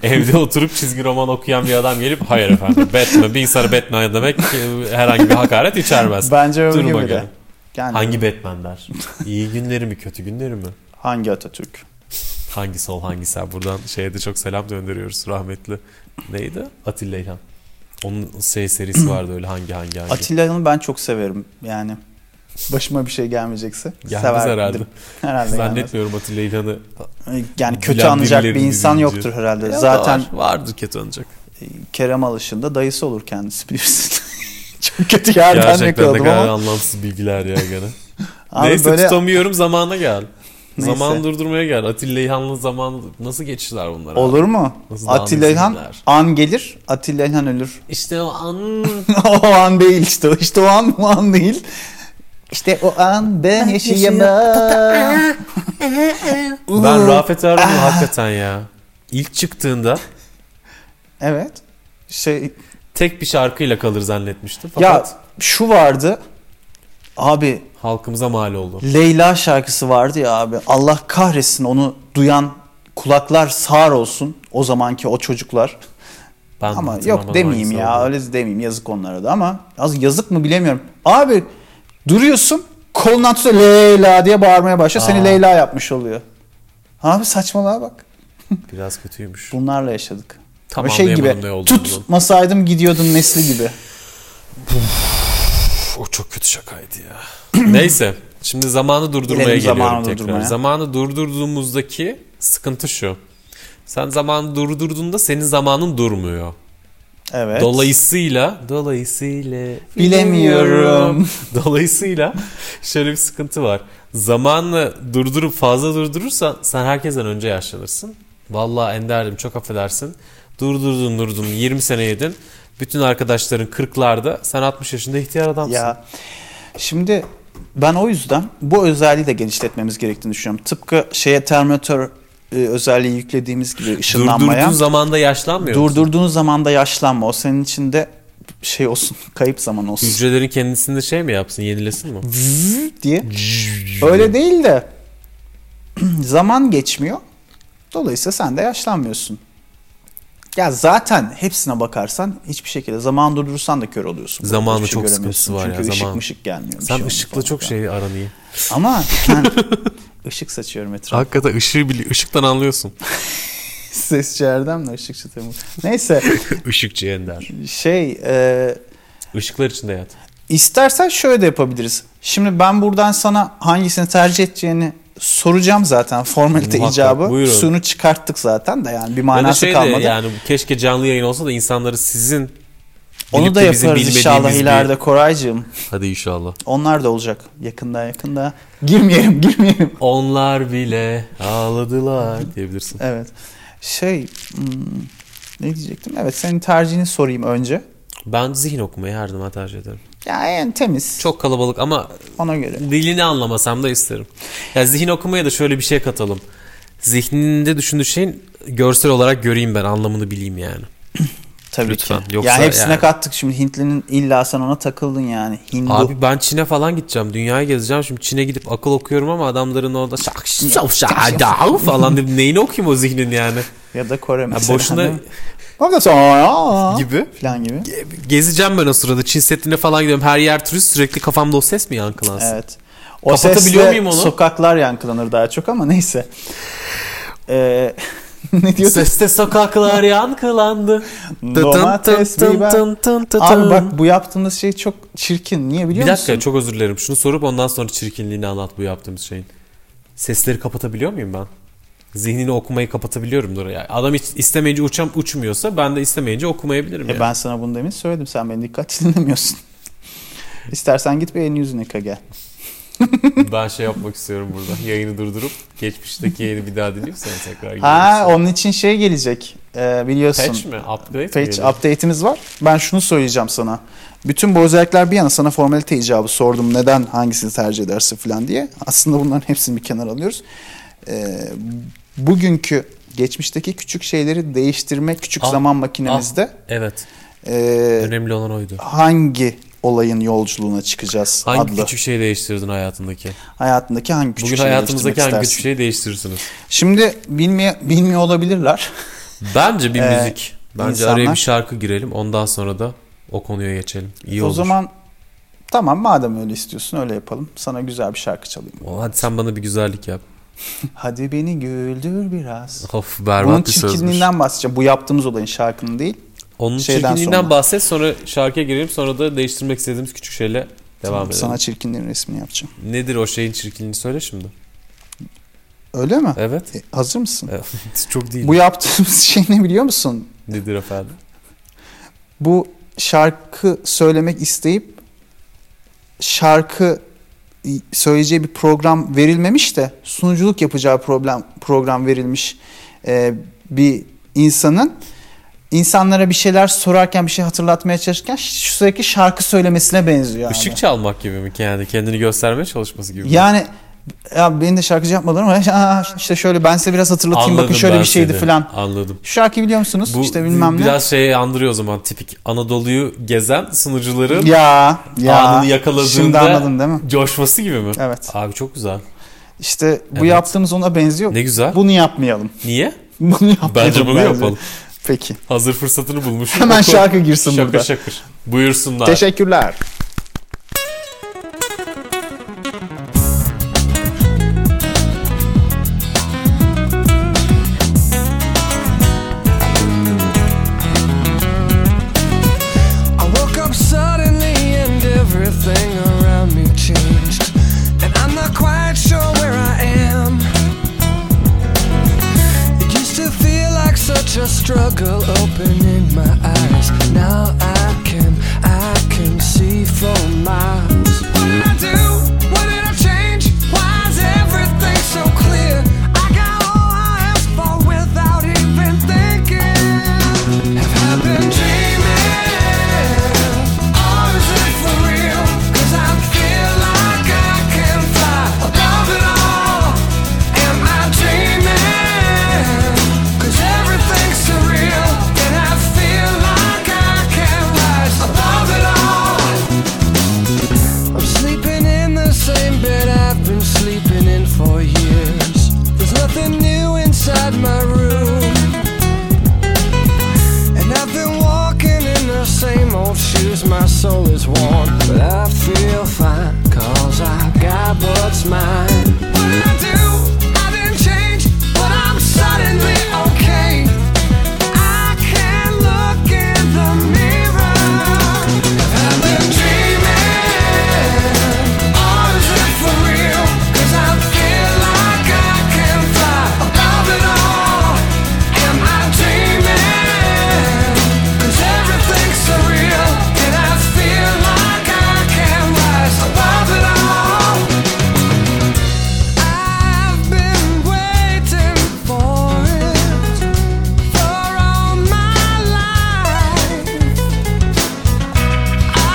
S2: evde oturup çizgi roman okuyan bir adam gelip hayır efendim Batman bir insana Batman demek e, herhangi bir hakaret içermez.
S1: Bence öyle
S2: Duruma
S1: gibi de. Hani-
S2: göre.
S1: Yani hangi?
S2: Hangi Batman der? İyi günleri mi kötü günleri mi?
S1: Atatürk?
S2: Hangi sol hangi sağ? Buradan şeye de çok selam gönderiyoruz rahmetli. Neydi? Atilla İlhan. Onun şey serisi vardı öyle hangi hangi hangi.
S1: Atilla'nı ben çok severim. Yani başıma bir şey gelmeyecekse
S2: Gelmez
S1: severdim.
S2: herhalde.
S1: Herhalde gelmez.
S2: Zannetmiyorum Atilla İlhan'ı.
S1: Yani kötü
S2: Bilen
S1: anacak bir
S2: birilerini
S1: insan
S2: dinleyince.
S1: yoktur herhalde.
S2: Ya da
S1: Zaten e,
S2: var, vardır kötü anacak.
S1: Kerem Alış'ın da dayısı olur kendisi bilirsin. Çok kötü yerden
S2: Gerçekten de
S1: yakaladım
S2: gayet
S1: ama.
S2: anlamsız bilgiler ya gene.
S1: Abi
S2: Neyse
S1: böyle
S2: tutamıyorum zamana gel.
S1: Neyse.
S2: Zaman durdurmaya gel. Atilla İlhan'la zaman nasıl geçtiler bunlara?
S1: olur mu?
S2: Nasıl
S1: Atilla
S2: devam
S1: İlhan
S2: edecekler?
S1: an gelir, Atilla İlhan ölür.
S2: İşte o an
S1: o an değil işte. o- İşte o an o an değil. İşte o an ben yaşayamam.
S2: ben Rafet Erdoğan'ı
S1: Ah.
S2: hakikaten ya. İlk çıktığında
S1: Evet. Şey
S2: tek bir şarkıyla kalır zannetmiştim.
S1: Ya
S2: Fakat
S1: şu vardı. Abi
S2: halkımıza mal oldu.
S1: Leyla şarkısı vardı ya abi. Allah kahretsin onu duyan kulaklar sağır olsun o zamanki o çocuklar.
S2: Ben
S1: Ama
S2: hatırlamam
S1: yok demeyeyim
S2: hangisi
S1: ya.
S2: oldu.
S1: Öyle de demeyeyim. Yazık onlara da ama az yazık mı bilemiyorum. Abi duruyorsun kolundan tutuyor Leyla diye bağırmaya başlıyor. Seni
S2: Aa.
S1: Leyla yapmış oluyor. Abi saçmalığa bak.
S2: Biraz kötüymüş.
S1: Bunlarla yaşadık.
S2: Tam
S1: Ama şey gibi
S2: anlayamadım ne olduğunu.
S1: tutmasaydım gidiyordun nesli gibi.
S2: O çok kötü şakaydı ya. Neyse. Şimdi zamanı durdurmaya
S1: Gelelim
S2: geliyorum
S1: zamanı
S2: tekrar.
S1: durdurmaya.
S2: Zamanı durdurduğumuzdaki sıkıntı şu. Sen zamanı durdurduğunda senin zamanın durmuyor.
S1: Evet.
S2: Dolayısıyla dolayısıyla
S1: Bilemiyorum.
S2: dolayısıyla şöyle bir sıkıntı var. Zamanla durdurup fazla durdurursan sen herkesten önce yaşlanırsın. Vallahi Ender'dim çok affedersin. Durdurdun durdun 20 sene yedin. Bütün arkadaşların 40'larda sen 60 yaşında ihtiyar adamsın.
S1: Ya şimdi ben o yüzden bu özelliği de genişletmemiz gerektiğini düşünüyorum. Tıpkı şeye Terminator e, özelliği yüklediğimiz gibi ışınlanmaya.
S2: Durdurduğun zamanda yaşlanmıyor musun?
S1: Durdurduğun zaman da yaşlanma. O senin için de şey olsun, kayıp zaman olsun
S2: Hücrelerin kendisinde şey mi yapsın yenilesin mi?
S1: diye. Öyle değil de zaman geçmiyor. Dolayısıyla sen de yaşlanmıyorsun. Ya zaten hepsine bakarsan hiçbir şekilde zaman durdurursan da kör oluyorsun.
S2: Zamanın
S1: Hiçbir şey
S2: çok
S1: göremiyorsun.
S2: sıkıntısı var ya,
S1: Çünkü ışık
S2: zaman.
S1: mışık gelmiyor. bir şey
S2: Sen
S1: olmuyor
S2: ışıkla çok
S1: falan.
S2: şey aran iyi.
S1: Ama ben ışık saçıyorum etrafa.
S2: Hakikaten ışığı bili ışıktan anlıyorsun.
S1: Ses çağırdım da ışık saçıyorum. Neyse
S2: Işıkçı Ender.
S1: şey e,
S2: Işıklar içinde yat.
S1: İstersen şöyle de yapabiliriz. Şimdi ben buradan sana hangisini tercih edeceğini soracağım zaten formalite
S2: Muhakkak,
S1: icabı.
S2: buyurun.
S1: Suyunu çıkarttık zaten de yani bir
S2: Ya da
S1: manası
S2: şey de
S1: kalmadı.
S2: yani keşke canlı yayın olsa da insanları sizin
S1: Onu
S2: bilip
S1: da
S2: de bizim
S1: yaparız inşallah
S2: bilmediğimiz bir-
S1: ileride Koraycığım.
S2: Hadi inşallah.
S1: Onlar da olacak yakında yakında. Girmeyelim girmeyelim.
S2: Onlar bile ağladılar diyebilirsin.
S1: Evet. Şey hmm, ne diyecektim? Evet senin tercihini sorayım önce.
S2: Ben zihin okumayı her zaman tercih ederim.
S1: Ya yani temiz
S2: Çok kalabalık ama
S1: ona göre.
S2: dilini anlamasam da isterim. Ya zihin okumaya da şöyle bir şey katalım. Zihninde düşündüğü şeyin görsel olarak göreyim ben anlamını bileyim yani.
S1: Tabii
S2: Lütfen,
S1: ki.
S2: yoksa
S1: yani hepsine
S2: yani.
S1: kattık şimdi Hintlinin illa sen ona takıldın yani. Hindu.
S2: Abi ben Çin'e falan gideceğim. Dünyayı gezeceğim. Şimdi Çin'e gidip akıl okuyorum ama adamların orada şak şak şak şak falan deyip neyini okuyayım o zihnin yani.
S1: Ya da Kore
S2: Ya
S1: mesela. hani
S2: boşuna
S1: değil mi? Bak da sonra-
S2: gibi.
S1: falan gibi.
S2: Gezeceğim ben o sırada. Çin Seddi'ne falan gidiyorum. Her yer turist. Sürekli kafamda o ses mi yankılansın?
S1: Evet. O
S2: Kapatabiliyor
S1: sesle
S2: muyum onu?
S1: Sokaklar yankılanır daha çok ama neyse. Ee, ne diyordun?
S2: Seste sokaklar yankılandı. Tın tın
S1: Domates,
S2: tın
S1: biber.
S2: tın tın tın
S1: Abi
S2: tın.
S1: bak bu yaptığımız şey çok çirkin. Niye biliyor
S2: Bir dakika
S1: musun?
S2: çok özür dilerim. Şunu sorup ondan sonra çirkinliğini anlat bu yaptığımız şeyin. Sesleri kapatabiliyor muyum ben? Zihnini okumayı kapatabiliyorumdur. Yani adam hiç istemeyince uçam uçmuyorsa ben de istemeyince okumayabilirim.
S1: E
S2: yani.
S1: ben sana bunu demin söyledim. Sen beni dikkatli dinlemiyorsun. İstersen git bir elini yüzünü yıka gel.
S2: Ben şey yapmak istiyorum burada. Yayını durdurup geçmişteki yayını bir daha dinleyip sonra tekrar
S1: Ha onun için şey gelecek. Ee, biliyorsun.
S2: Patch mi? Update mi?
S1: Page update'imiz var. Ben şunu söyleyeceğim sana. Bütün bu özellikler bir yana sana formalite icabı sordum. Neden hangisini tercih edersin falan diye. Aslında bunların hepsini bir kenara alıyoruz. Ee, bugünkü geçmişteki küçük şeyleri değiştirme küçüük
S2: Al,
S1: zaman makinemizde
S2: Evet.
S1: ee,
S2: Önemli olan oydu.
S1: hangi olayın yolculuğuna çıkacağız
S2: Hangi
S1: adlı.
S2: küçük şeyi değiştirdin hayatındaki?
S1: Hayatındaki hangi küçük
S2: Bugün
S1: şeyi
S2: hayatımızdaki
S1: değiştirmek
S2: hangi
S1: istersin?
S2: küçük şey- şeyi değiştirirsiniz?
S1: Şimdi bilmeye, bilmiyor olabilirler.
S2: Bence bir
S1: Ee,
S2: müzik. Bence
S1: insanlar-
S2: araya bir şarkı girelim. Ondan sonra da o konuya geçelim. İyi
S1: o
S2: olur.
S1: zaman tamam madem öyle istiyorsun öyle yapalım. Sana güzel bir şarkı çalayım.
S2: Hadi sen bana bir güzellik yap.
S1: Hadi beni güldür biraz.
S2: Of
S1: Bunun
S2: berbat bir sözmüş.
S1: çirkinliğinden bahsedeceğim. Bu yaptığımız olayın şarkının değil.
S2: Onun
S1: şeyden
S2: çirkinliğinden
S1: sonra.
S2: bahset sonra şarkıya girelim sonra da değiştirmek istediğimiz küçük şeyle devam edelim.
S1: Sana çirkinliğin resmini yapacağım.
S2: Nedir o şeyin çirkinliğini söyle şimdi.
S1: Öyle mi?
S2: Evet.
S1: E, hazır mısın?
S2: Evet, Çok değil.
S1: Bu yaptığımız şey ne biliyor musun?
S2: Nedir efendim?
S1: Bu şarkı söylemek isteyip şarkı söyleyeceği bir program verilmemiş de sunuculuk yapacağı problem program verilmiş e, bir insanın insanlara bir şeyler sorarken bir şey hatırlatmaya çalışırken sürekli şarkı söylemesine benziyor. abi.
S2: Işık çalmak gibi mi yani kendini göstermeye çalışması gibi mi?
S1: Yani Ya beni de şarkıcı yapmadılar ama "Aa, işte şöyle ben size biraz hatırlatayım bakın
S2: Anladım
S1: şöyle
S2: ben
S1: bir şeydi
S2: seni.
S1: falan.
S2: Anladım.
S1: Şu şarkıyı biliyor musunuz?
S2: Bu
S1: işte bilmem ne.
S2: biraz şeyi andırıyor o zaman tipik Anadolu'yu gezen sunucuların
S1: Ya ya.
S2: anını yakaladığında
S1: Şimdi anladın değil mi?
S2: coşması gibi mi?
S1: Evet.
S2: Abi çok güzel.
S1: İşte bu
S2: Evet.
S1: yaptığımız ona benziyor.
S2: Ne güzel.
S1: Bunu yapmayalım.
S2: Niye?
S1: Bunu yapmayalım.
S2: Bence bunu yapalım.
S1: Peki.
S2: Hazır fırsatını bulmuş.
S1: Hemen şarkı girsin
S2: şakır
S1: burada.
S2: Şakır Buyursunlar.
S1: Teşekkürler.
S3: I woke up suddenly and everything around me changed. And I'm not quite sure where I am. It used to feel like such a struggle opening my eyes. Now I can, I can see for miles. What did I do? What did I change? Why is everything so clear? I got all I asked for without even thinking. I've been dreaming, or is it for real? 'Cause I feel like I can fly above it all. Am I dreaming? 'Cause everything's surreal, and I feel like I can rise above it all. I'm sleeping in the same bed I've been sleeping in for years. There's nothing new inside my room. And I've been walking in the same old shoes, my soul is worn. But I feel fine, cause I got what's mine. What did I do? I didn't change, but I'm suddenly okay. I can look in the mirror. I've been dreaming, or is it for real? 'Cause I feel like I can fly above it all. Am I dreaming? 'Cause everything's surreal, and I feel like I can rise above it all. I've been waiting for it for all my life.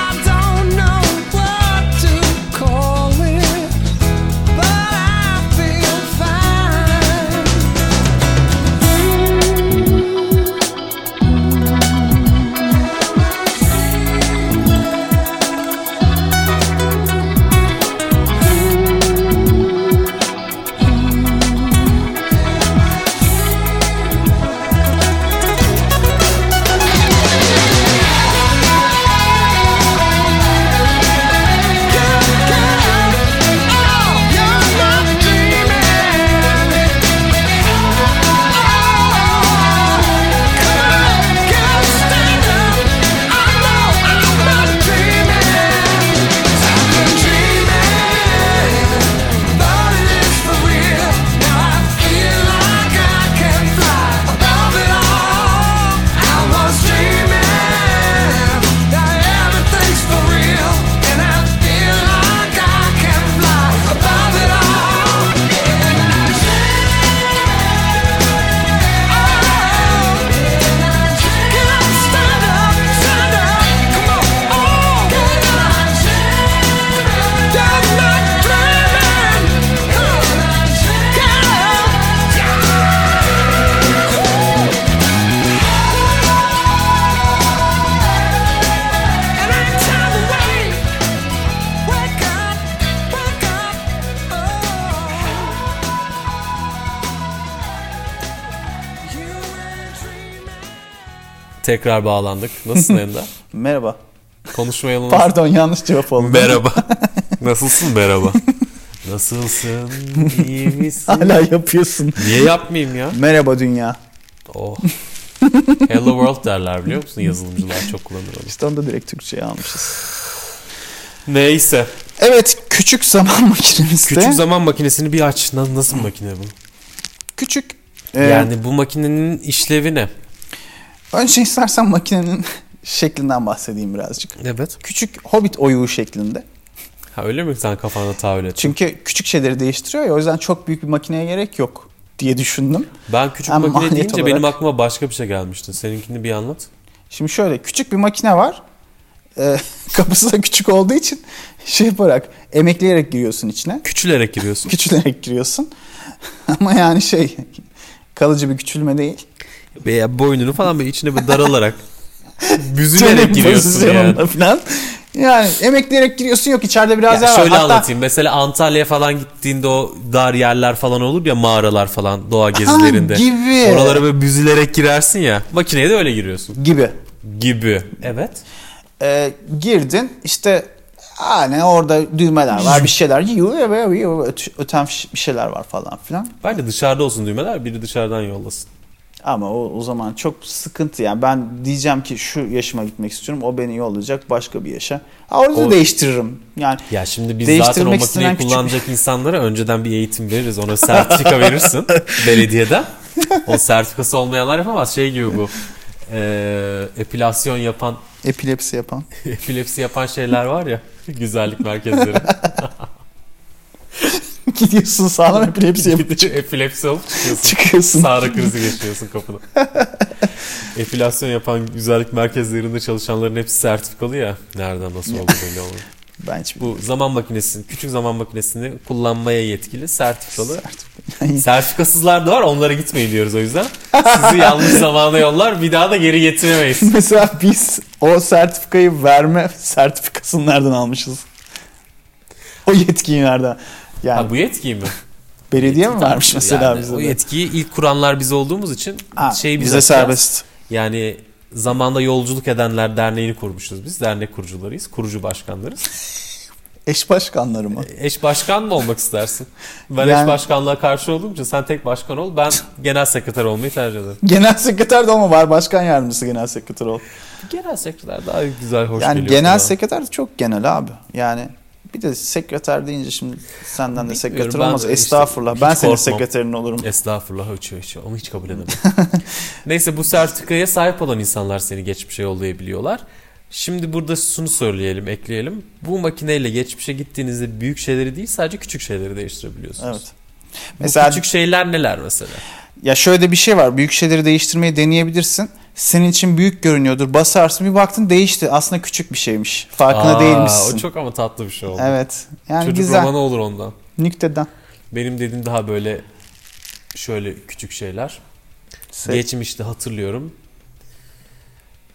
S3: I don't know what to call it, but I feel fine. Wake up, wake up, oh. You were dreaming.
S2: Tekrar bağlandık. Nasılsın Ender?
S1: Merhaba.
S2: Konuşmayalım. nasıl?
S1: Pardon yanlış cevap oldu.
S2: Merhaba. Nasılsın merhaba? Nasılsın? İyi misin?
S1: Hala yapıyorsun.
S2: Niye yapmayayım ya?
S1: Merhaba dünya.
S2: Oh. Hello World derler biliyor musun? Yazılımcılar çok kullanır onu.
S1: İşte onu da direkt Türkçe'ye almışız.
S2: Neyse.
S1: Evet küçük zaman makinemizde.
S2: Küçük zaman makinesini bir aç. Na- Nasıl bir makine bu?
S1: Küçük. Ee,
S2: Yani bu makinenin işlevi ne?
S1: Önce istersen makinenin şeklinden bahsedeyim birazcık.
S2: Evet.
S1: Küçük hobbit oyuğu şeklinde.
S2: Ha öyle mi sen kafanda tahayyül ettin?
S1: Çünkü küçük şeyleri değiştiriyor ya o yüzden çok büyük bir makineye gerek yok diye düşündüm.
S2: Ben küçük
S1: Hem
S2: makine
S1: maliyet
S2: deyince
S1: olarak-
S2: benim aklıma başka bir şey gelmişti. Seninkini bir anlat.
S1: Şimdi şöyle küçük bir makine var. e, kapısı da küçük olduğu için şey yaparak emekleyerek giriyorsun içine.
S2: Küçülerek giriyorsun.
S1: Küçülerek giriyorsun. Ama yani şey kalıcı bir küçülme değil.
S2: Be ya boynunu falan böyle içine böyle daralarak.
S1: Senin
S2: Büzülerek giriyorsun yani.
S1: pozisyonunda Falan. Yani emekleyerek giriyorsun yok içeride biraz
S2: Ya
S1: yer var.
S2: şöyle
S1: Hatta-
S2: anlatayım. Mesela Antalya'ya falan gittiğinde o dar yerler falan olur ya mağaralar falan doğa gezilerinde.
S1: gibi.
S2: Oralara böyle büzülerek girersin ya. Makineye de öyle giriyorsun.
S1: gibi.
S2: Gibi. Evet.
S1: Ee, girdin işte hani orada düğmeler var bir şeyler yiyor, yiyor, yiyor, öt- öten bir şeyler var falan filan.
S2: Bence dışarıda olsun düğmeler biri dışarıdan yollasın.
S1: Ama o, o zaman çok sıkıntı yani ben diyeceğim ki şu yaşıma gitmek istiyorum o beni yollayacak başka bir yaşa. Ha orada
S2: O-
S1: değiştiririm yani.
S2: Ya şimdi biz
S1: Değiştirmek
S2: zaten o
S1: istenen
S2: makineyi
S1: küçük- şey.
S2: kullanacak insanlara önceden bir eğitim veririz. Ona sertifika verirsin belediyeden. O sertifikası olmayanlar yapamaz. Şey gibi bu. Eee epilasyon yapan,
S1: Epilepsi yapan.
S2: epilepsi yapan şeyler var ya. Güzellik merkezleri.
S1: Gidiyorsun sağlam epilepsi yapıp
S2: Gidip epilepsi olup çıkıyorsun.
S1: Şey çıkıyorsun.
S2: Sağra krizi geçiriyorsun kapıda. Epilasyon yapan güzellik merkezlerinde çalışanların hepsi sertifikalı ya. Nereden nasıl oldu belli olmuyor.
S1: Ben hiç
S2: Bu zaman makinesini, küçük zaman makinesini kullanmaya yetkili sertifikalı.
S1: Yani
S2: Sertifikasızlar da var onlara gitmeyin diyoruz o yüzden. Sizi yanlış zamana yollar bir daha da geri getiremeyiz.
S1: Mesela biz o sertifikayı verme sertifikasını nereden almışız? O yetkiyi nereden? Yani
S2: Ha bu yetkiyi mi?
S1: belediye mi vermiş
S2: Tabii
S1: mesela
S2: yani
S1: bize?
S2: O
S1: de?
S2: yetkiyi ilk kuranlar biz olduğumuz için
S1: Ha,
S2: şey
S1: bize serbest.
S2: Yani zamanda yolculuk edenler derneğini kurmuşuz biz. Dernek kurucularıyız. Kurucu başkanlarız.
S1: Eş başkanları mı?
S2: Eş başkan mı olmak istersin? Ben
S1: Yani-
S2: eş başkanlığa karşı olunca sen tek başkan ol. Ben genel sekreter olmayı tercih ederim.
S1: Genel sekreter de ama var başkan yardımcısı genel sekreter ol.
S2: Genel sekreter daha güzel, hoş
S1: yani
S2: geliyor.
S1: genel
S2: kulağa.
S1: sekreter de çok genel abi. Yani bir de sekreter deyince şimdi senden de sekreter
S2: Bilmiyorum, ben
S1: olmaz.
S2: işte
S1: Estağfurullah.
S2: hiç
S1: ben senin
S2: korkmam.
S1: sekreterin olurum.
S2: Estağfurullah hiç, hiç, onu hiç kabul edemem. Neyse bu sertifikaya sahip olan insanlar seni geçmişe yollayabiliyorlar. Şimdi burada şunu söyleyelim, ekleyelim. Bu makineyle geçmişe gittiğinizde büyük şeyleri değil sadece küçük şeyleri değiştirebiliyorsunuz.
S1: Evet.
S2: Mesela...
S1: Mesela
S2: küçük şeyler neler mesela?
S1: ya şöyle bir şey var. Büyük şeyleri değiştirmeyi deneyebilirsin. Senin için büyük görünüyordur. Basarsın bir baktın değişti. Aslında küçük bir şeymiş. Farkına
S2: Aa,
S1: değilmişsin.
S2: O çok ama tatlı bir şey oldu.
S1: Evet. Yani
S2: Çocuk
S1: güzel.
S2: romanı olur ondan.
S1: Nükteden.
S2: Benim dediğim daha böyle şöyle küçük şeyler.
S1: Se-
S2: Geçmişte hatırlıyorum.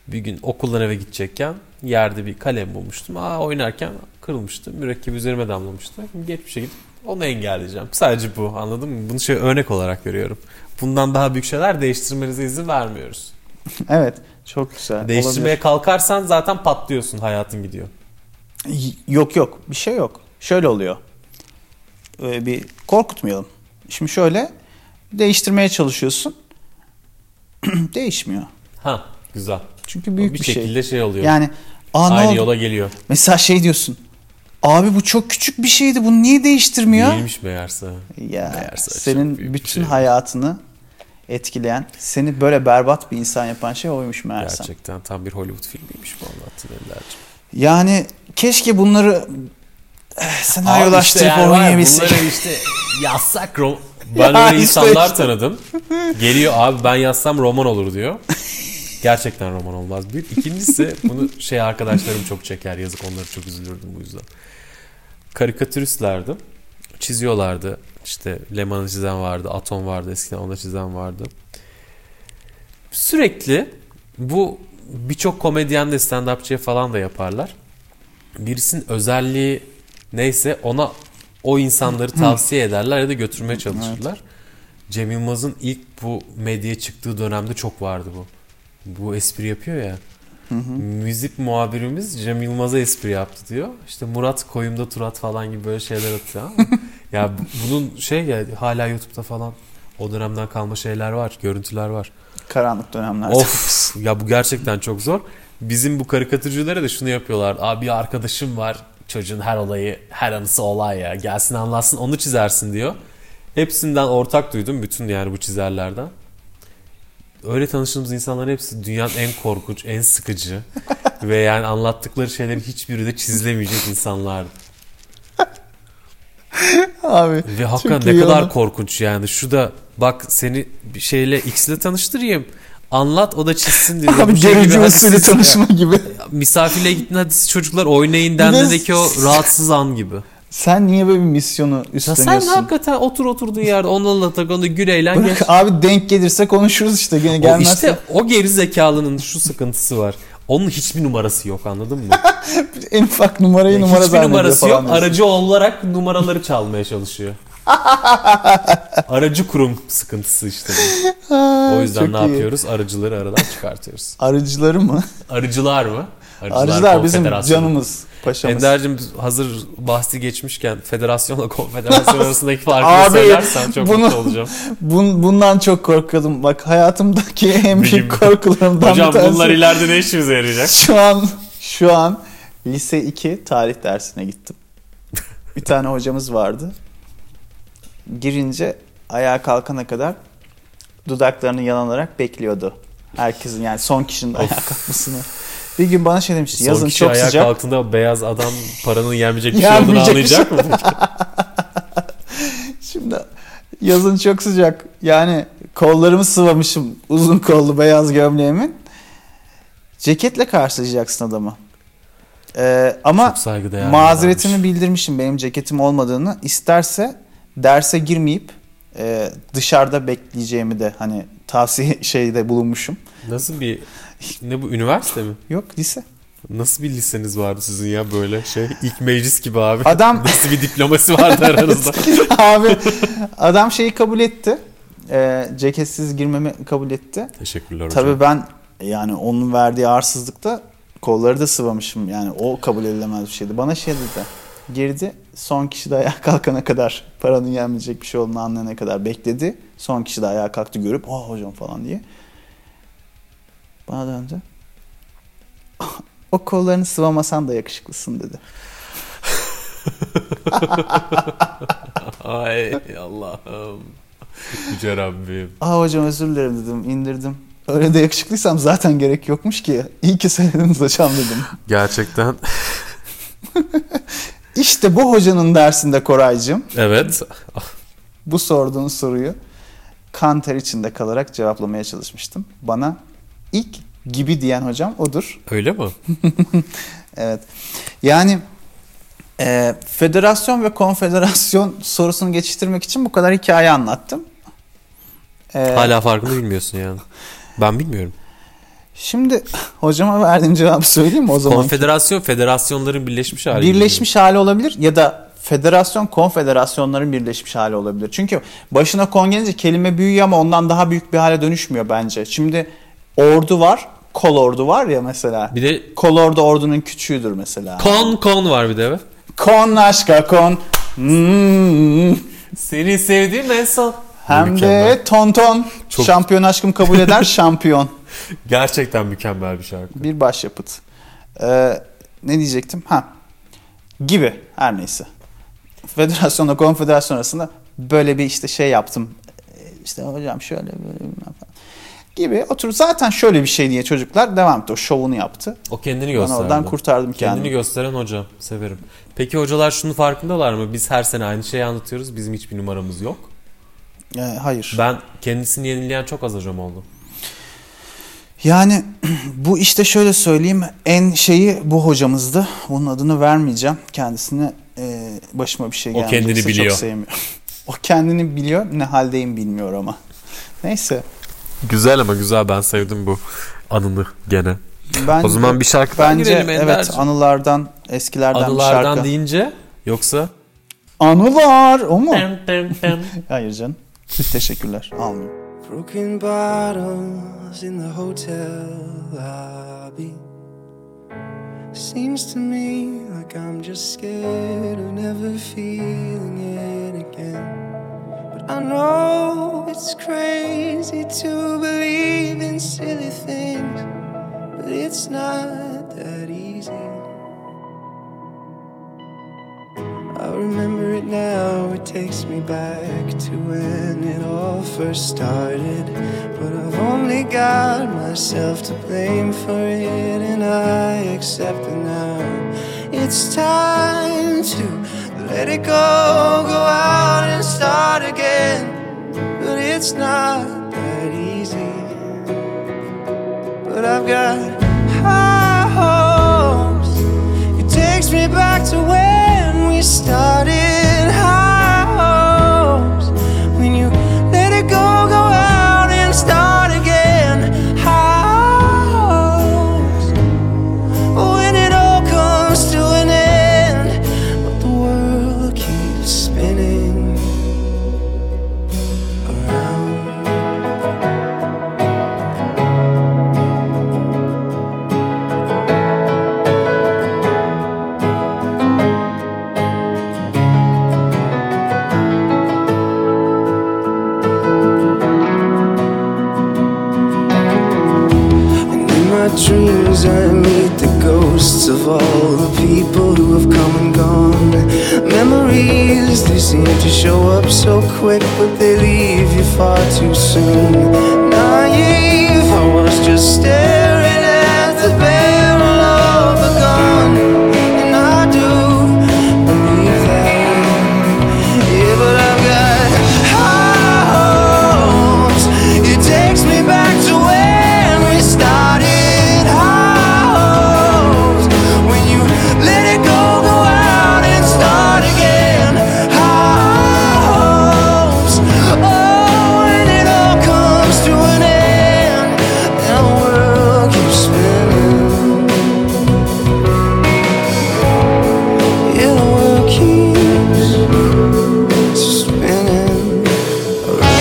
S2: Bir gün okuldan eve gidecekken yerde bir kalem bulmuştum. Aa oynarken kırılmıştı. Mürekkep üzerime damlamıştı. Geçmişe gidip onu engelleyeceğim. Sadece bu anladın mı? Bunu şey örnek olarak veriyorum. Bundan daha büyük şeyler değiştirmenize izin vermiyoruz.
S1: Evet. Çok güzel.
S2: Değiştirmeye
S1: Olabilir.
S2: kalkarsan zaten patlıyorsun hayatın gidiyor.
S1: Y- Yok yok. Bir şey yok. Şöyle oluyor. Ee, bir korkutmayalım. Şimdi şöyle değiştirmeye çalışıyorsun. Değişmiyor.
S2: Ha güzel.
S1: Çünkü büyük
S2: bir,
S1: bir, şey.
S2: şekilde şey, oluyor.
S1: Yani aa ne
S2: Aynı
S1: oldu?
S2: yola geliyor.
S1: Mesela şey diyorsun. Abi bu çok küçük bir şeydi. Bunu niye değiştirmiyor?
S2: Değilmiş meğerse.
S1: Ya
S2: Meğerse çok
S1: senin
S2: büyük bir
S1: bütün
S2: şey.
S1: hayatını etkileyen, seni böyle berbat bir insan yapan şey oymuş meğersem.
S2: Gerçekten tam bir Hollywood filmiymiş bu anlattığın evlerce.
S1: Yani keşke bunları eh, senaryolaştırıp oynayabilsek.
S2: Bunları işte yazsak rom- Ben
S1: Ya
S2: öyle
S1: işte
S2: insanlar
S1: işte.
S2: tanıdım. Geliyor abi ben yazsam roman olur diyor. Gerçekten roman olmaz. Bir ikincisi bunu şey arkadaşlarım çok çeker yazık onları çok üzülürdüm bu yüzden. Karikatüristlerdi. Çiziyorlardı. İşte Leman'ı çizen vardı, Atom vardı, eskiden ona çizen vardı. Sürekli bu birçok komedyen de stand-upçıya falan da yaparlar. Birisinin özelliği neyse ona o insanları tavsiye ederler ya da götürmeye çalışırlar. Cem Yılmaz'ın ilk bu medyaya çıktığı dönemde çok vardı bu. Bu espri yapıyor ya. Müzik muhabirimiz Cem Yılmaz'a espri yaptı diyor. İşte Murat koyumda Turat falan gibi böyle şeyler atıyor. ama ya bu- bunun şey ya hala YouTube'da falan o dönemden kalma şeyler var, görüntüler var.
S1: Karanlık dönemlerde.
S2: Of ya bu gerçekten çok zor. Bizim bu karikatürcülere de şunu yapıyorlar. Abi arkadaşım var çocuğun her olayı her anısı olay ya gelsin anlatsın onu çizersin diyor. Hepsinden ortak duydum bütün yani bu çizerlerden. Öyle tanıştığımız insanların hepsi dünyanın en korkunç, en sıkıcı ve yani anlattıkları şeylerin hiçbiri de çizilemeyecek insanlardı.
S1: Abi.
S2: Ve hakikaten
S1: Çünkü
S2: ne kadar
S1: yani-
S2: korkunç yani. Şu da bak seni bir şeyle X'le tanıştırayım. Anlat o da çizsin diyor.
S1: Abi
S2: Bu şey gibi,
S1: gerici
S2: hadi
S1: usulü
S2: siz-
S1: tanışma gibi.
S2: misafirliğe gittin hadi siz çocuklar oynayın dendiğindeki o rahatsız an gibi.
S1: Sen niye böyle bir misyonu
S2: Ya sen
S1: üstleniyorsun?
S2: hakikaten otur oturduğun yerde onunla tak onu gül eğlen geç.
S1: Bırak abi denk gelirse konuşuruz işte gene
S2: O
S1: gelmezse.
S2: işte o geri zekalının şu sıkıntısı var. Onun hiçbir numarası yok anladın mı?
S1: En ufak numarayı numara
S2: hiçbir
S1: zannediyor
S2: numarası
S1: falan
S2: yok.
S1: diyorsun.
S2: Aracı olarak numaraları çalmaya çalışıyor. Aracı kurum sıkıntısı işte. bu.
S1: Ha,
S2: O yüzden
S1: çok
S2: ne
S1: iyi.
S2: yapıyoruz? Arıcıları aradan çıkartıyoruz.
S1: Arıcıları mı?
S2: Arıcılar mı?
S1: Arıcılar bizim
S2: Konfederasyonu.
S1: canımız, paşamız.
S2: Ender'cim hazır bahsi geçmişken federasyonla konfederasyon arasındaki farkı
S1: Abi,
S2: söylersen çok
S1: bunu-
S2: mutlu olacağım.
S1: Bun- bundan çok korkuyordum. Bak hayatımdaki en büyük
S2: Benim-
S1: korkularımdan
S2: Hocam
S1: bir tanesi.
S2: bunlar ileride ne işimize yarayacak?
S1: Şu an şu an lise 2 tarih dersine gittim. Bir tane hocamız vardı. Girince ayağa kalkana kadar dudaklarını yalanarak bekliyordu. Herkesin yani son kişinin ayağa kalkmasını. Bir gün bana şey demişti.
S2: Son
S1: Yazın
S2: kişi
S1: çok
S2: ayağa
S1: sıcak.
S2: kalktığında beyaz adam paranın yenmeyecek bir şey olduğunu
S1: Yenmeyecek bir şey.
S2: anlayacak mı?
S1: Şimdi yazın çok sıcak. Yani kollarımı sıvamışım uzun kollu beyaz gömleğimin. Ceketle karşılayacaksın adamı. Ee, ama
S2: Çok saygıdeğer.
S1: mazeretimi
S2: bir
S1: bildirmişim benim ceketim olmadığını. İsterse derse girmeyip e, dışarıda bekleyeceğimi de hani tavsiye şeyde bulunmuşum.
S2: adammış. Nasıl bir... Ne bu üniversite mi?
S1: Yok lise.
S2: Nasıl bir liseniz vardı sizin ya böyle şey ilk meclis gibi abi.
S1: Adam
S2: Nasıl bir diplomasi vardı aranızda?
S1: abi adam şeyi kabul etti. E, ceketsiz girmemi kabul etti.
S2: Teşekkürler hocam.
S1: Tabii ben yani onun verdiği arsızlıkta kolları da sıvamışım. Yani o kabul edilemez bir şeydi. Bana şey dedi. Girdi. Son kişi de ayağa kalkana kadar paranın yenmeyecek bir şey olduğunu anlayana kadar bekledi. Son kişi de ayağa kalktı görüp ah hocam falan diye. Bana döndü. O kollarını sıvamasan da yakışıklısın dedi.
S2: Ay Allah'ım. Yüce Rabbim.
S1: Aa "Ah hocam özür dilerim dedim indirdim. Öyle de yakışıklıysam zaten gerek yokmuş ki. İyi ki söylediniz hocam dedim.
S2: Gerçekten.
S1: İşte bu hocanın dersinde Koraycığım.
S2: Evet.
S1: Bu sorduğun soruyu kanter içinde kalarak cevaplamaya çalışmıştım. Bana ilk gibi diyen hocam odur.
S2: Öyle mi?
S1: Evet. Yani e, federasyon ve konfederasyon sorusunu geçiştirmek için bu kadar hikaye anlattım. E,
S2: Hala farkını bilmiyorsun yani. Ben bilmiyorum.
S1: Şimdi hocama verdiğim cevabı söyleyeyim mi o zaman?
S2: Konfederasyon federasyonların birleşmiş hali.
S1: Birleşmiş hali olabilir ya da federasyon konfederasyonların birleşmiş hali olabilir. Çünkü başına kon gelince kelime büyüyor ama ondan daha büyük bir hale dönüşmüyor bence. Şimdi ordu var, kol ordu var ya mesela.
S2: Bir de-
S1: kol ordu ordunun küçüğüdür mesela.
S2: Kon kon var bir de evet.
S1: Kon aşka kon. Hmm.
S2: Seni sevdiğim en son.
S1: Hem
S2: Mükemmel.
S1: de ton ton.
S2: Çok-
S1: Şampiyon aşkım kabul eder şampiyon.
S2: Gerçekten mükemmel bir şarkı.
S1: Bir başyapıt. Ee, ne diyecektim? Ha. Gibi her neyse. Federasyonla konfederasyon arasında böyle bir işte şey yaptım. Ee, İşte hocam şöyle böyle bilmem falan. Gibi otur zaten şöyle bir şey diye çocuklar devam etti. O şovunu yaptı.
S2: O kendini
S1: Ben
S2: gösterdi.
S1: oradan kurtardım
S2: Kendini
S1: kendimi.
S2: gösteren hoca. Severim. Peki hocalar şunu farkındalar mı? Biz her sene aynı şeyi anlatıyoruz. Bizim hiçbir numaramız yok.
S1: Ee, hayır.
S2: Ben kendisini yenileyen çok az hocam oldu.
S1: Yani bu işte şöyle söyleyeyim en şeyi bu hocamızdı. Onun adını vermeyeceğim. Kendisine e, başıma bir şey
S2: O
S1: gelmeyecekse
S2: kendini biliyor.
S1: Çok sevmiyorum. o kendini biliyor. Ne haldeyim bilmiyor ama. Neyse.
S2: Güzel ama güzel ben sevdim bu anını gene.
S1: Ben,
S2: O zaman bir şarkı
S1: bence
S2: girelim
S1: evet
S2: Ender'cim.
S1: anılardan eskilerden bir
S2: Anılardan
S1: şarkı.
S2: deyince yoksa
S1: Anılar o mu? Hayır canım. Teşekkürler. Almayayım.
S3: Broken bottles in the hotel lobby. Seems to me like I'm just scared of never feeling it again. But I know it's crazy to believe in silly things, but it's not that easy. I remember it now, it takes me back to when it all first started. But I've only got myself to blame for it, and I accept it now. It's time to let it go, go out and start again. But it's not that easy. But I've got high hopes. as I meet the ghosts of all the people who have come and gone. Memories, they seem to show up so quick, but they leave you far too soon. Naive, I was just staring at the barrel of a gun. And I do believe that. Yeah, but I've got hopes. It takes me back to when we started. Hopes. When you let it go, go out and start again. Hopes. Oh, and it all comes to an end. And the world keeps spinning. Yeah, the world keeps spinning around.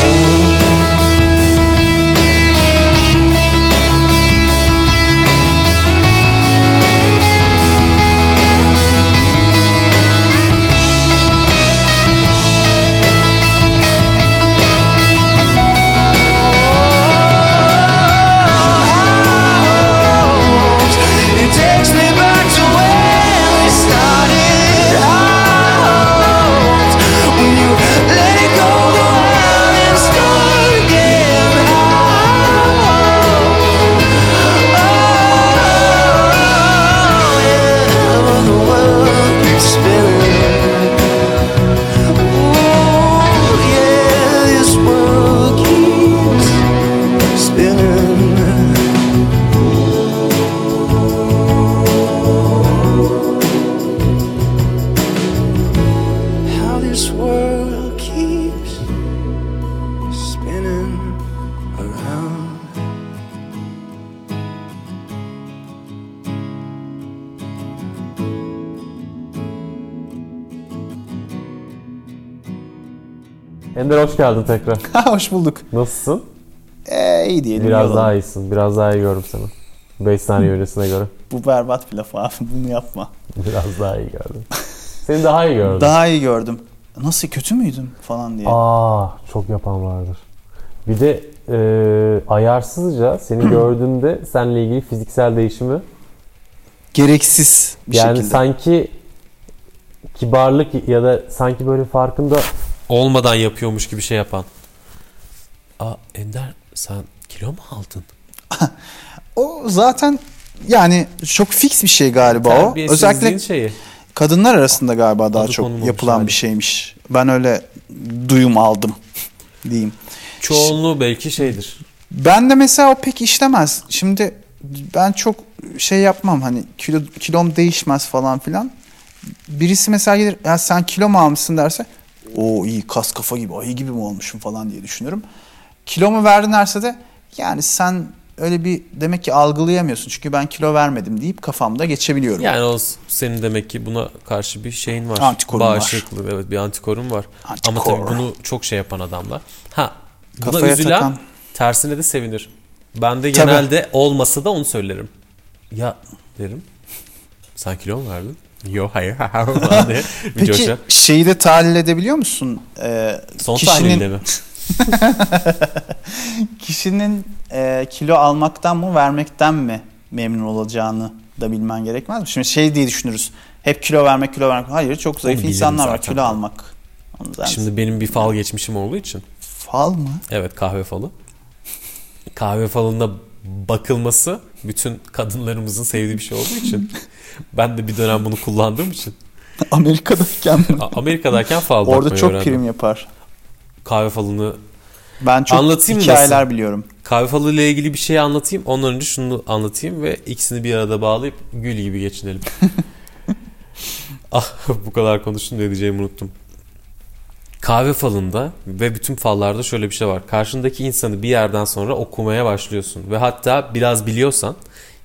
S3: It takes me back to when we started out. When you let it go, go out and start again. Oh, the world keeps spinning. Oh, yeah, this world keeps spinning. how this world keeps spinning around.
S2: Ender hoş geldin tekrar.
S1: Ha, Hoş bulduk.
S2: Nasılsın?
S1: Ee, iyi diyelim.
S2: Biraz
S1: yalan.
S2: daha iyisin. Biraz daha iyi gördüm seni. 5 saniye öncesine göre.
S1: Bu berbat bir laf abi. Bunu yapma.
S2: Biraz daha iyi gördüm. Seni daha iyi gördüm.
S1: Daha iyi gördüm. Nasıl kötü müydüm falan diye.
S2: Aa çok yapan vardır. Bir de e, ayarsızca seni gördüğümde seninle ilgili fiziksel değişimi
S1: Gereksiz bir
S2: yani
S1: şekilde.
S2: sanki kibarlık ya da sanki böyle farkında olmadan yapıyormuş gibi şey yapan. Aa Ender sen kilo mu aldın?
S1: O zaten yani çok fix bir şey galiba o. Özellikle
S2: şeyi.
S1: kadınlar arasında galiba daha
S2: Adı konulmamış
S1: çok yapılan
S2: hali.
S1: bir şeymiş. Ben öyle duyum aldım diyeyim.
S2: Çoğunluğu belki şeydir.
S1: Ben de mesela o pek işlemez. Şimdi ben çok şey yapmam hani kilo, kilom değişmez falan filan. Birisi mesela gelir ya sen kilo mu almışsın derse o iyi kas kafa gibi ayı gibi mi olmuşum falan diye düşünüyorum. Kilomu verdin derse de yani sen öyle bir demek ki algılayamıyorsun çünkü ben kilo vermedim deyip kafamda geçebiliyorum.
S2: Yani o s- senin demek ki buna karşı bir şeyin var.
S1: Antikorun var.
S2: Bağışıklık, evet bir antikorun var. Ama
S1: Antikor.
S2: tabii bunu çok şey yapan adamlar. Ha buna
S1: Kafaya
S2: üzülen
S1: takan.
S2: tersine de sevinir. Ben de
S1: Tabii.
S2: genelde olmasa da onu söylerim. Ya derim. Sen kilo mu verdin? Yo hayır. falan diye bir
S1: Peki
S2: coşar.
S1: şeyi de tahlil edebiliyor musun? Ee,
S2: Son
S1: kişinin
S2: tahlilde mi?
S1: kişinin e, kilo almaktan mı vermekten mi memnun olacağını da bilmen gerekmez mi? Şimdi şey diye düşünürüz. Hep kilo vermek kilo vermek. Hayır çok zayıf
S2: bilirim
S1: insanlar var
S2: zaten.
S1: kilo almak. Onu zaten-
S2: Şimdi benim bir fal geçmişim olduğu için.
S1: fal mı?
S2: Evet kahve falı. Kahve falında bakılması bütün kadınlarımızın sevdiği bir şey olduğu için. ben de bir dönem bunu kullandığım için.
S1: Amerika'dayken mi?
S2: A- Amerika'dayken fal bakmayı
S1: Orada çok
S2: öğrendim.
S1: prim yapar.
S2: Kahve falını
S1: Ben çok
S2: Anlatayım mı
S1: hikayeler biliyorum.
S2: kahve falıyla ilgili bir şey anlatayım. Ondan önce şunu anlatayım ve ikisini bir arada bağlayıp gül gibi geçinelim. ah bu kadar konuştum ne diyeceğimi unuttum. Kahve falında ve bütün fallarda şöyle bir şey var. Karşındaki insanı bir yerden sonra okumaya başlıyorsun. Ve hatta biraz biliyorsan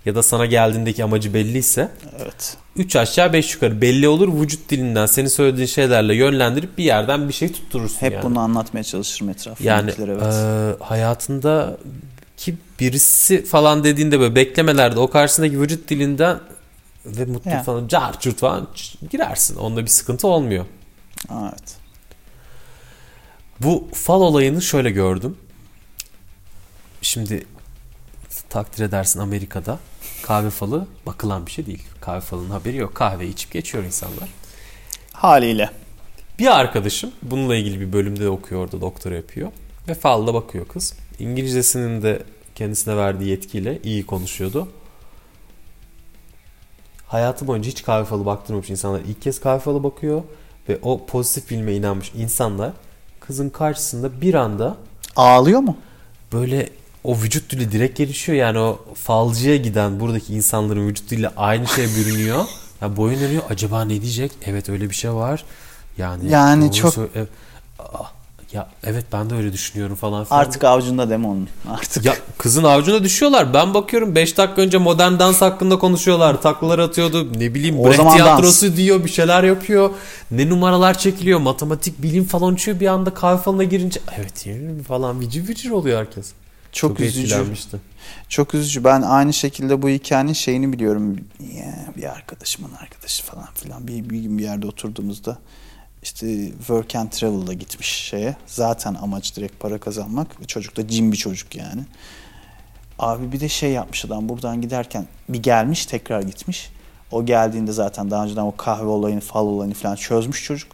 S2: ya da sana geldiğindeki amacı belliyse
S1: Evet.
S2: 3 aşağı 5 yukarı belli olur. Vücut dilinden seni söylediğin şeylerle yönlendirip bir yerden bir şey tutturursun
S1: Hep
S2: yani.
S1: bunu anlatmaya çalışırım etrafımdakilere.
S2: Yani e,
S1: evet.
S2: eee, hayatında ki birisi falan dediğinde böyle beklemelerde o karşısındaki vücut dilinden ve mutlu
S1: Ya.
S2: falan car curt falan ç- girersin. Onda bir sıkıntı olmuyor.
S1: Aa, evet.
S2: Bu fal olayını şöyle gördüm. Şimdi takdir edersin Amerika'da kahve falı bakılan bir şey değil. Kahve falının haberi yok. Kahve içip geçiyor insanlar.
S1: Haliyle.
S2: Bir arkadaşım bununla ilgili bir bölümde de okuyor orada doktora yapıyor. Ve falda bakıyor kız. İngilizcesinin de kendisine verdiği yetkiyle iyi konuşuyordu. Hayatı boyunca hiç kahve falı baktırmamış insanlar ilk kez kahve falı bakıyor. Ve o pozitif filme inanmış insanlar kızın karşısında bir anda
S1: Ağlıyor mu?
S2: böyle o vücut dili direkt gelişiyor. Yani o falcıya giden buradaki insanların vücut dili aynı şeye bürünüyor. Ya boyun dönüyor. Acaba ne diyecek? Evet öyle bir şey var. Yani
S1: Yani
S2: doğru
S1: çok-
S2: sö- ev- Aa, ya evet ben de öyle düşünüyorum falan filan.
S1: Artık avcunda deme onun. Artık.
S2: Ya kızın avcuna düşüyorlar. Ben bakıyorum 5 dakika önce modern dans hakkında konuşuyorlar. Taklalar atıyordu. Ne bileyim
S1: O
S2: Brecht
S1: zaman
S2: tiyatrosu diyor. Bir şeyler yapıyor. Ne numaralar çekiliyor. Matematik, bilim falan uçuyor. Bir anda kahve falına girince evet yani falan vicir vicir oluyor herkes.
S1: çok, üzücü.
S2: etkilenmişti.
S1: Çok üzücü. Ben aynı şekilde bu hikayenin şeyini biliyorum. Ya, bir arkadaşımın arkadaşı falan filan. Bir, bir gün bir yerde oturduğumuzda işte work and travel'da gitmiş şeye. Zaten amaç direkt para kazanmak. Çocuk da cin bir çocuk yani. Abi bir de şey yapmış adam buradan giderken bir gelmiş tekrar gitmiş. O geldiğinde zaten daha önceden o kahve olayını fal olayını falan çözmüş çocuk.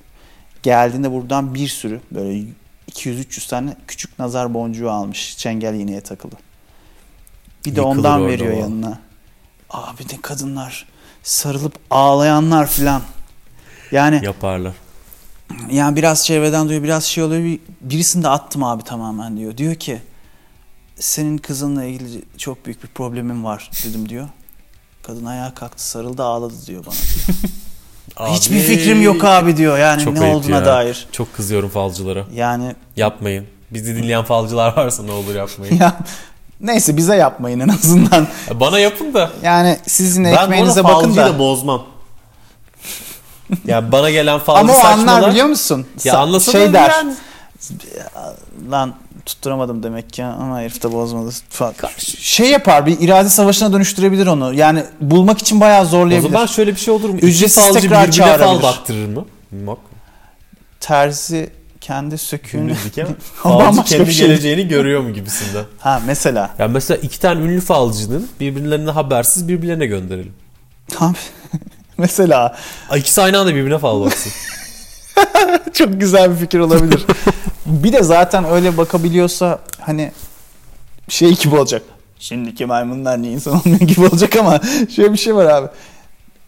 S1: Geldiğinde buradan bir sürü böyle 200-300 tane küçük nazar boncuğu almış. Çengel iğneye takılı. Bir de
S2: Yıkılır
S1: ondan
S2: orada
S1: veriyor
S2: o.
S1: yanına. Abi de kadınlar sarılıp ağlayanlar filan. Yani
S2: Yaparlar.
S1: yani biraz çevreden duyuyor, biraz şey oluyor. Bir, birisini de attım abi tamamen diyor. Diyor ki senin kızınla ilgili çok büyük bir problemim var dedim diyor. Kadın ayağa kalktı, sarıldı, ağladı diyor bana. Hiçbir fikrim yok abi diyor. Yani
S2: Çok
S1: ne
S2: ayıp
S1: olduğuna
S2: ya.
S1: dair.
S2: Çok kızıyorum falcılara.
S1: Yani
S2: Yapmayın. Bizi dinleyen falcılar varsa ne olur yapmayın.
S1: ya neyse bize yapmayın en azından.
S2: Bana yapın da.
S1: Yani sizin
S2: Ben bu arada
S1: ekmeğinize bakın
S2: falcıyı
S1: da.
S2: da bozmam. yani bana gelen falcı
S1: Ama o
S2: saçmalar.
S1: anlar biliyor musun?
S2: Ya
S1: Sa-
S2: anlasa
S1: şey
S2: da
S1: der.
S2: yani.
S1: Lan tutturamadım demek ki ama herif de bozmadı. Fa- Şey yapar bir irade savaşına dönüştürebilir onu. Yani bulmak için bayağı
S2: O
S1: zorlayabilir.
S2: zaman şöyle bir şey olur mu?
S1: Ücretsiz
S2: İki falcı
S1: tekrar
S2: birbirine fal
S1: çağırabilir.
S2: baktırır mı? Yok.
S1: Terzi kendi söküğünü...
S2: Bildik ama
S1: O
S2: Falcı
S1: bambaşka
S2: kendi
S1: bir şey.
S2: geleceğini görüyor mu gibisinden.
S1: Ha mesela.
S2: Yani mesela iki tane ünlü falcının birbirlerine habersiz birbirlerine gönderelim.
S1: Tam mesela.
S2: Ay, İkisi aynı anda birbirine fal baksın.
S1: Çok güzel bir fikir olabilir. bir de zaten öyle bakabiliyorsa hani şey gibi olacak. Şimdiki maymunlar niye insan olmuyor gibi olacak ama şöyle bir şey var abi.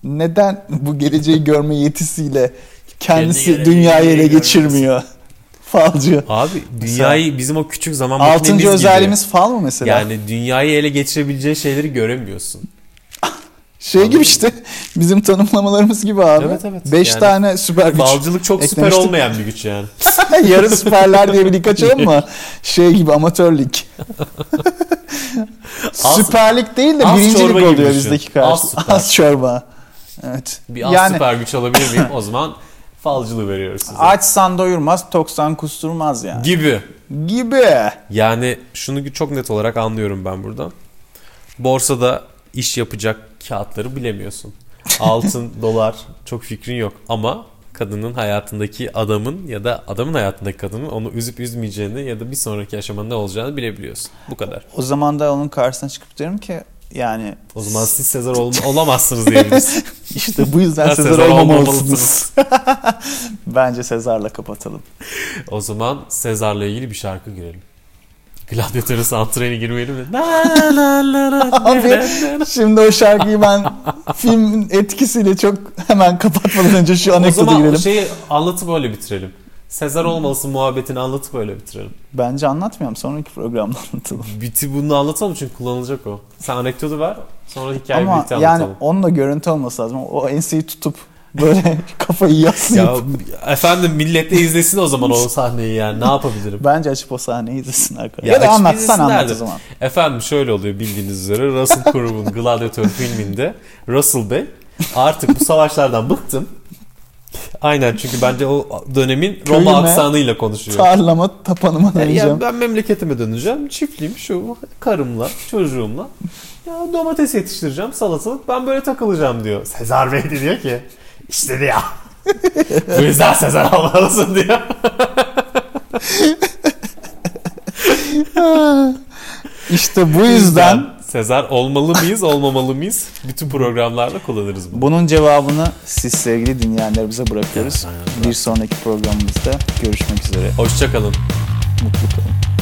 S1: Neden bu geleceği görme yetisiyle kendisi
S2: Kendi
S1: dünyayı ele
S2: geleceğini
S1: geçirmiyor? Falcı.
S2: Abi dünyayı bizim o küçük zaman makinemiz
S1: Altıncı
S2: gibi.
S1: özelliğimiz fal mı mesela?
S2: Yani dünyayı ele geçirebileceği şeyleri göremiyorsun.
S1: şey gibi işte bizim tanımlamalarımız gibi abi.
S2: Evet, evet.
S1: Beş
S2: Yani
S1: tane süper güç.
S2: Balcılık çok süper
S1: Eklemiştim.
S2: olmayan bir güç yani.
S1: Yarı süperler diye bir lig açalım mı? Şey gibi amatör lig.
S2: Az-
S1: süper lig değil de
S2: az
S1: birinci lig
S2: çorba gibi
S1: oluyor
S2: düşün.
S1: bizdeki karşı.
S2: Az
S1: Az,
S2: süper.
S1: çorba. Evet.
S2: Bir az süper güç alabilir miyim? O zaman falcılığı veriyoruz size.
S1: açsan doyurmaz, toksan kusturmaz yani.
S2: Gibi.
S1: Gibi.
S2: Yani şunu çok net olarak anlıyorum ben buradan. Borsada iş yapacak kağıtları bilemiyorsun. Altın, dolar çok fikrin yok ama kadının hayatındaki adamın ya da adamın hayatındaki kadının onu üzüp üzmeyeceğini ya da bir sonraki aşamada ne olacağını bilebiliyorsun. Bu kadar.
S1: O zaman da onun karşısına çıkıp derim ki yani
S2: O zaman siz Sezar olma- olamazsınız diyebiliriz.
S1: işte bu yüzden
S2: Ha,
S1: Sezar
S2: Sezar
S1: olmamalısınız. Bence Sezar'la kapatalım.
S2: O zaman Sezar'la ilgili bir şarkı girelim. Gladyatör'ün santrene girmeyelim mi? Na, na, na, na,
S1: Abi
S2: na, na, na.
S1: şimdi o şarkıyı ben filmin etkisiyle çok hemen kapatmadan önce şu
S2: o
S1: anekdota
S2: zaman şey
S1: girelim.
S2: o şeyi anlatıp öyle bitirelim. Sezar olmalısın muhabbetini anlatıp öyle bitirelim.
S1: Bence anlatmayalım. Sonraki programda anlatalım.
S2: Biti bunu anlatalım çünkü kullanılacak o. Sen anekdotu ver sonra hikayeyi
S1: Ama
S2: birlikte
S1: yani
S2: anlatalım.
S1: onunla görüntü olması lazım. O enseyi tutup böyle kafayı
S2: Ya
S1: yaslayıp
S2: efendim millet de izlesin o zaman o sahneyi yani ne yapabilirim?
S1: bence açıp o sahneyi izlesin arkadaşlar.
S2: Ya
S1: Ya, da
S2: açıp
S1: anlat. Sen anlat
S2: izlesinler de.
S1: o zaman.
S2: Efendim şöyle oluyor bildiğiniz üzere Russell Crowe'un Gladiator filminde Russell Bey artık bu savaşlardan bıktım. Aynen çünkü bence o dönemin Roma
S1: Köyüme,
S2: aksanıyla konuşuyor.
S1: Tarlama tapanıma
S2: Yani
S1: döneceğim.
S2: ben memleketime döneceğim. Çiftliğim şu karımla, çocuğumla. Ya domates yetiştireceğim, salatalık. Ben böyle takılacağım diyor. Sezar Bey de diyor ki işte diyor. Bu yüzden Sezar almalısın diyor.
S1: işte bu yüzden
S2: Sezar olmalı mıyız, olmamalı mıyız? Bütün programlarda kullanırız bunu.
S1: Bunun cevabını siz sevgili dinleyenlerimize bırakıyoruz.
S2: Evet, aynen.
S1: Bir sonraki programımızda görüşmek üzere.
S2: Hoşçakalın.
S1: Mutlu kalın.